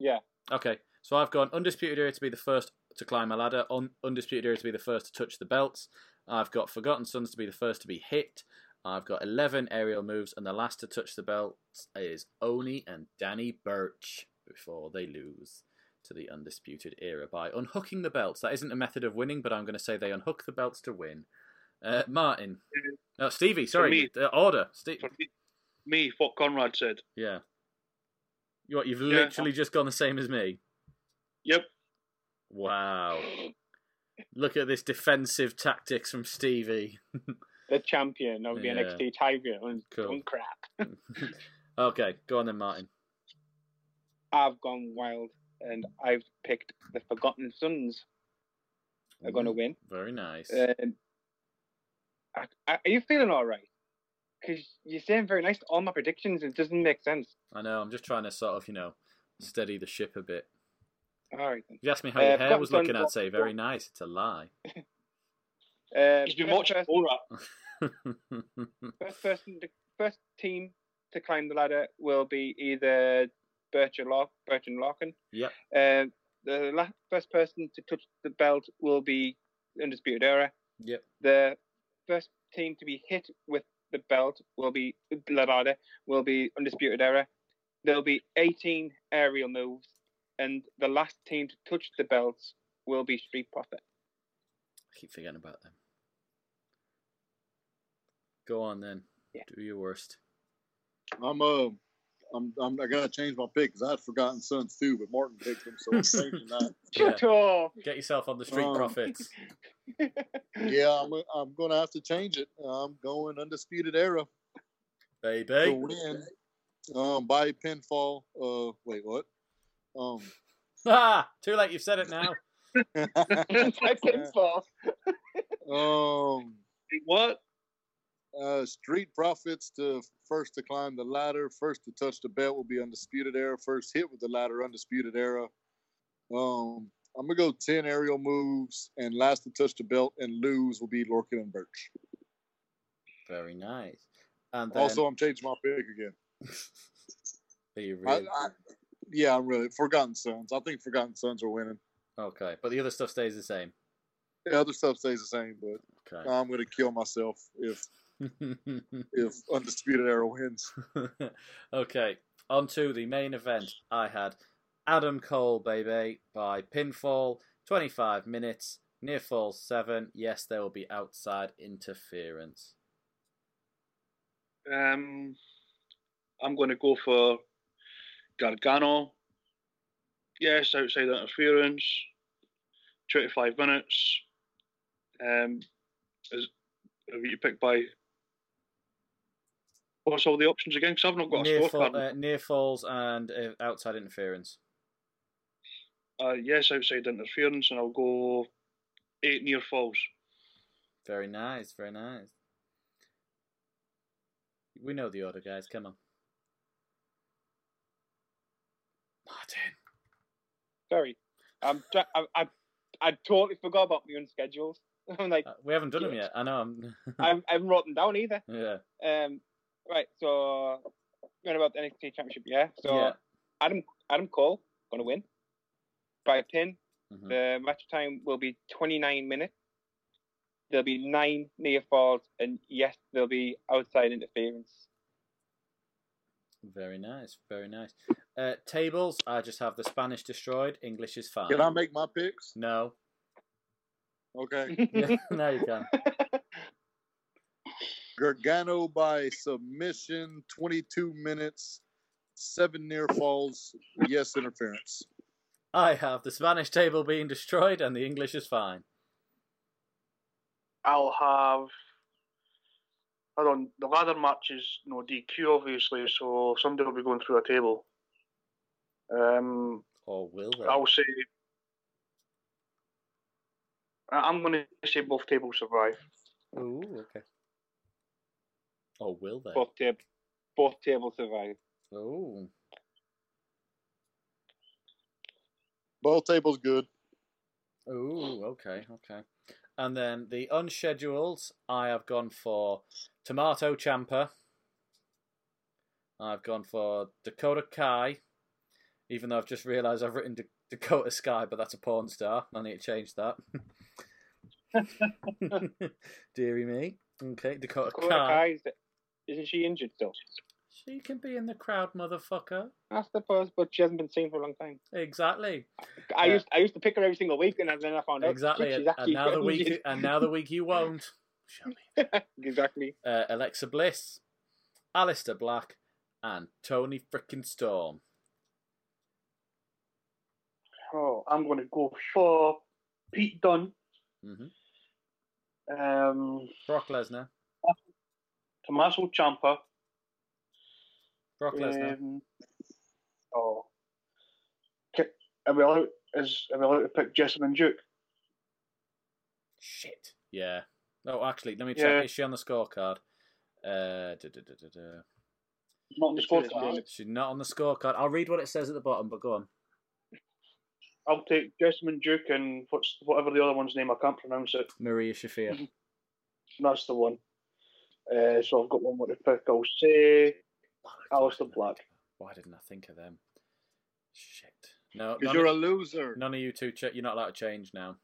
Speaker 3: Yeah.
Speaker 2: Okay. So I've gone Undisputed Era to be the first to climb a ladder, Un- Undisputed Era to be the first to touch the belts. I've got Forgotten Sons to be the first to be hit. I've got 11 aerial moves, and the last to touch the belts is Oni and Danny Birch before they lose to the Undisputed Era by unhooking the belts. That isn't a method of winning, but I'm going to say they unhook the belts to win. Uh, Martin. No, Stevie, sorry.
Speaker 5: me.
Speaker 2: uh, Order. Ste-
Speaker 5: For me, me, what Conrad said.
Speaker 2: yeah. You what, you've
Speaker 5: Yeah.
Speaker 2: literally just gone the same as me.
Speaker 5: Yep.
Speaker 2: Wow. Look at this defensive tactics from Stevie.
Speaker 3: The champion of the
Speaker 2: Yeah.
Speaker 3: NXT Tiger on
Speaker 2: Cool.
Speaker 3: on crap.
Speaker 2: okay, go on then, Martin.
Speaker 3: I've gone wild and I've picked the Forgotten Sons are going to
Speaker 2: Mm.
Speaker 3: win.
Speaker 2: Very nice.
Speaker 3: Um, are are you feeling all right? Because you're saying very nice to all my predictions. It doesn't make sense.
Speaker 2: I know, I'm just trying to sort of, you know, steady the ship a bit.
Speaker 3: All right. then.
Speaker 2: If you asked me how
Speaker 3: Uh,
Speaker 2: your hair was
Speaker 3: Scotland-
Speaker 2: looking, I'd say very nice. It's a lie.
Speaker 3: Uh,
Speaker 5: He's been
Speaker 3: first
Speaker 5: watching
Speaker 3: person-
Speaker 5: Borat.
Speaker 3: First person, to, first team to climb the ladder will be either Birch or Lark, Birch and Larkin.
Speaker 2: Yep.
Speaker 3: Um, the last, first person to touch the belt will be Undisputed Era.
Speaker 2: Yep.
Speaker 3: The first team to be hit with the belt will be Lavada. Will be Undisputed Era. There'll be 18 aerial moves, and the last team to touch the belts will be Street Profit.
Speaker 2: I keep forgetting about them. Go on then.
Speaker 3: Yeah.
Speaker 2: Do your worst.
Speaker 4: I'm uh, I'm I'm I gotta change my pick because I'd forgotten Sons too, but Martin picked them, so I'm changing that.
Speaker 2: Yeah.
Speaker 3: Shut up!
Speaker 2: Get yourself on the street
Speaker 4: Um,
Speaker 2: profits.
Speaker 4: Yeah, I'm I'm gonna have to change it. I'm going undisputed era to
Speaker 2: Baby.
Speaker 4: win um, by pinfall. Uh, wait, what? Um,
Speaker 2: Ah, too late, you've said it now.
Speaker 3: Second fall.
Speaker 4: um,
Speaker 5: What?
Speaker 4: uh, Street Profits to first to climb the ladder, first to touch the belt will be Undisputed Era, first hit with the ladder, Undisputed Era. Um, I'm gonna go ten aerial moves, and last to touch the belt and lose will be Lorcan and Birch.
Speaker 2: Very nice. And then,
Speaker 4: Also, I'm changing my pick again.
Speaker 2: Are you
Speaker 4: I,
Speaker 2: really-
Speaker 4: I, yeah, I'm really Forgotten Sons. I think Forgotten Sons are winning.
Speaker 2: okay, but the other stuff stays the same.
Speaker 4: The other stuff stays the same, but
Speaker 2: Okay.
Speaker 4: I'm gonna kill myself if if Undisputed Era wins.
Speaker 2: okay, on to the main event. I had Adam Cole, baby, by pinfall, 25 minutes, near fall 7. Yes, there will be outside interference.
Speaker 5: Um, I'm going to go for Gargano. Yes, outside interference. 25 minutes. Um, is, have you picked by. What's all the options again? Because I've not got a
Speaker 2: Near, fall,
Speaker 5: scorecard.
Speaker 2: uh, near falls and uh, outside interference.
Speaker 5: Uh, yes, outside interference, and I'll go eight near falls.
Speaker 2: Very nice, very nice. We know the order, guys. Come on. Martin.
Speaker 3: Sorry, I'm try- I, I I totally forgot about my own schedules. I'm like
Speaker 2: Uh, we haven't done them yet. I know. I'm...
Speaker 3: I haven't- I haven't wrote them down either.
Speaker 2: yeah.
Speaker 3: Um, right, so going about the NXT Championship, yeah. So
Speaker 2: yeah.
Speaker 3: Adam Adam Cole gonna win by a pin.
Speaker 2: Mhm.
Speaker 3: The match time will be 29 minutes. There'll be nine near falls, and yes, there'll be outside interference.
Speaker 2: Very nice, very nice. Uh, tables, I just have the Spanish destroyed. English is fine.
Speaker 4: Can I make my picks?
Speaker 2: No,
Speaker 4: Okay.
Speaker 2: Yeah, no, you can.
Speaker 4: Gargano by submission, 22 minutes, seven near falls, yes interference.
Speaker 2: I have the Spanish table being destroyed, and the English is fine.
Speaker 5: I'll have. Hold on, the ladder match is no DQ, obviously, so somebody will be going through a table. Um,
Speaker 2: Or will they?
Speaker 5: I'll say. I- I'm going to say both tables survive.
Speaker 2: Ooh, okay. Or will they?
Speaker 3: Both tab- both tables survive.
Speaker 2: Oh,
Speaker 4: Both tables good.
Speaker 2: ooh, okay, okay. And then the unscheduled, I have gone for Tomato Champa. I've gone for Dakota Kai. Even though I've just realised I've written Da- Dakota Sky, but that's a porn star. I need to change that. Deary me. Okay, Dakota
Speaker 3: Dakota
Speaker 2: Kai.
Speaker 3: Kai, is isn't she injured still?
Speaker 2: She can be in the crowd, motherfucker.
Speaker 3: I suppose, but she hasn't been seen for a long time.
Speaker 2: Exactly.
Speaker 3: I
Speaker 2: Yeah.
Speaker 3: used I used to pick her every single week, and then I found out
Speaker 2: Exactly.
Speaker 3: she's
Speaker 2: And,
Speaker 3: actually
Speaker 2: now the week,
Speaker 3: injured.
Speaker 2: and now the week you won't. Show me.
Speaker 3: exactly.
Speaker 2: uh, Alexa Bliss, Alistair Black, and Tony Frickin' Storm.
Speaker 5: Oh, I'm going to go for Pete Dunne.
Speaker 2: Mhm.
Speaker 5: Um,
Speaker 2: Brock Lesnar.
Speaker 5: Tommaso Ciampa.
Speaker 2: Brock Lesnar.
Speaker 5: Um, oh, K- are we allowed? Is are we allowed to pick Jessamine Duke?
Speaker 2: Shit. Yeah. Oh, actually, let me check.
Speaker 5: Yeah.
Speaker 2: Is she on the scorecard? Uh, da, da, da, da, da.
Speaker 5: Not on the scorecard.
Speaker 2: She's not on the scorecard. I'll read what it says at the bottom, but go on.
Speaker 5: I'll take Jessamine Duke and what's whatever the other one's name. I can't pronounce it.
Speaker 2: Maria Shafir.
Speaker 5: That's the one. Uh, so I've got one more to pick. I'll say Alistair Black.
Speaker 2: Why didn't I think of them? Shit. No,
Speaker 4: Because
Speaker 2: none,
Speaker 4: you're a
Speaker 2: of,
Speaker 4: loser.
Speaker 2: none of you two. Ch- you're not allowed to change now.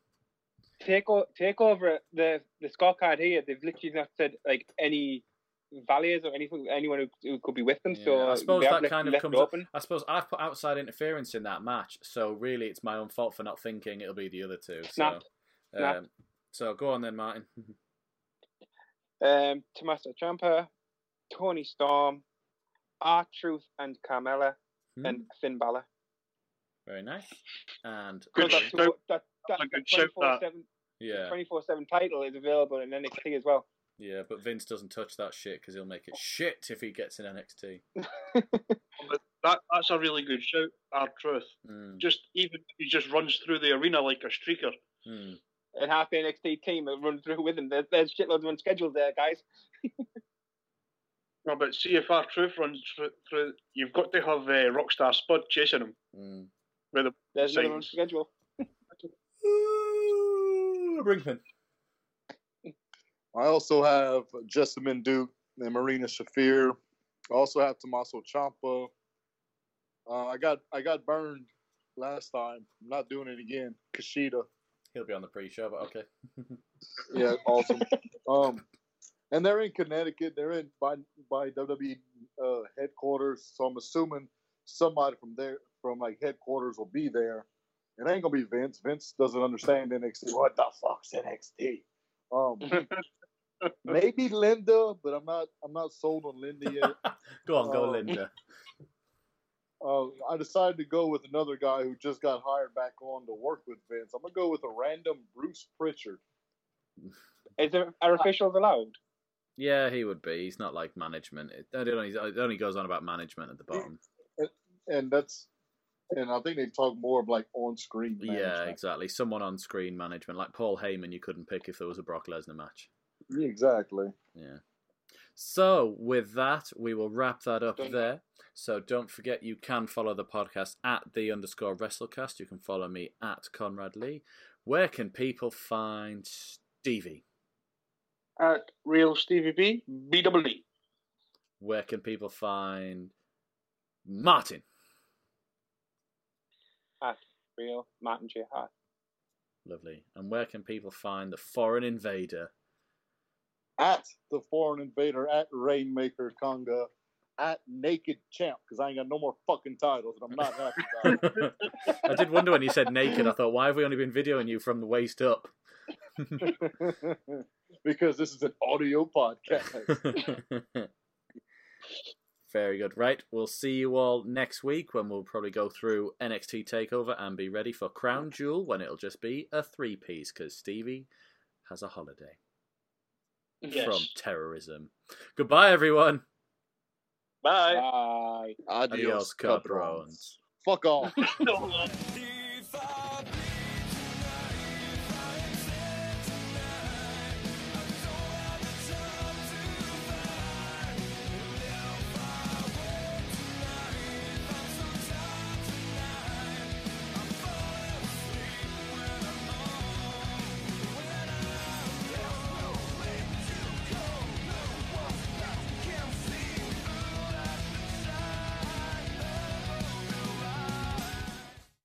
Speaker 3: Take o- take over the the scorecard here. They've literally not said like any values or anything. Anyone who, who could be with them.
Speaker 2: Yeah,
Speaker 3: so
Speaker 2: I suppose
Speaker 3: they
Speaker 2: that
Speaker 3: have left-
Speaker 2: kind of
Speaker 3: left
Speaker 2: comes
Speaker 3: it
Speaker 2: up-
Speaker 3: open.
Speaker 2: I suppose I've put outside interference in that match, so really it's my own fault for not thinking it'll be the other two. So,
Speaker 3: Snapped. Snapped.
Speaker 2: um, so go on then, Martin. Hmm?
Speaker 3: Um, Tommaso Ciampa, Tony Storm, R Truth, and Carmella,
Speaker 2: Hmm?
Speaker 3: and Finn Balor.
Speaker 2: Very nice. And
Speaker 5: Good
Speaker 3: Because
Speaker 5: shout.
Speaker 3: that- that- that-
Speaker 5: A good
Speaker 3: that
Speaker 5: shout, that.
Speaker 3: 24/7
Speaker 2: yeah,
Speaker 3: 24/7 title is available in NXT as well.
Speaker 2: yeah, but Vince doesn't touch that shit because he'll make it shit if he gets in NXT.
Speaker 5: That that's a really good shout. Our truth.
Speaker 2: Mm,
Speaker 5: Just even if he just runs through the arena like a streaker.
Speaker 2: mm.
Speaker 3: And half the NXT team have run through with him. There, there's shitloads of unscheduled there, guys.
Speaker 5: No, but see if our truth runs through, through you've got to have uh, Rockstar Spud chasing him.
Speaker 2: Mm.
Speaker 3: There's another
Speaker 5: Saints.
Speaker 3: unscheduled.
Speaker 2: Brinkman.
Speaker 4: I also have Jessamine Duke and Marina Shafir. I also have Tommaso Ciampa. Uh, I got I got burned last time. I'm not doing it again. Kushida.
Speaker 2: He'll be on the pre-show, but okay.
Speaker 4: Yeah, awesome. um, and they're in Connecticut. They're in by by WWE uh, headquarters. So I'm assuming somebody from there, from like headquarters, will be there. It ain't gonna be Vince. Vince doesn't understand NXT. What the fuck's NXT? Um, maybe Linda, but I'm not. I'm not sold on Linda yet.
Speaker 2: go on, go
Speaker 4: Oh.
Speaker 2: Linda.
Speaker 4: Uh, I decided to go with another guy who just got hired back on to work with Vince. I'm gonna go with a random Bruce Pritchard.
Speaker 3: Is there, are officials allowed?
Speaker 2: Yeah, he would be. He's not like management. It, I don't know, he's- it only goes on about management at the bottom.
Speaker 4: and that's and I think they talk more of like on screen.
Speaker 2: Yeah, exactly. Someone on screen management, like Paul Heyman, you couldn't pick if there was a Brock Lesnar match.
Speaker 4: exactly.
Speaker 2: Yeah. So with that, we will wrap that up
Speaker 3: Done.
Speaker 2: there. So don't forget you can follow the podcast at the underscore wrestlecast. You can follow me at Conrad Lee. Where can people find Stevie?
Speaker 5: At Real Stevie B, BWE.
Speaker 2: Where can people find Martin?
Speaker 3: Real Martin J. Hart.
Speaker 2: Lovely. And where can people find the foreign invader?
Speaker 4: At the foreign invader, at Rainmaker Conga, at Naked Champ, because I ain't got no more fucking titles and I'm not happy about it.
Speaker 2: I did wonder when you said naked. I thought, why have we only been videoing you from the waist up?
Speaker 4: because this is an audio podcast.
Speaker 2: Very good. Right. We'll see you all next week when we'll probably go through NXT TakeOver and be ready for Crown Jewel when it'll just be a three piece because Stevie has a holiday
Speaker 5: Yes.
Speaker 2: from terrorism. Goodbye, everyone.
Speaker 5: Bye.
Speaker 3: Bye.
Speaker 2: Adios, cabrones.
Speaker 4: Fuck off.
Speaker 5: No.
Speaker 1: Here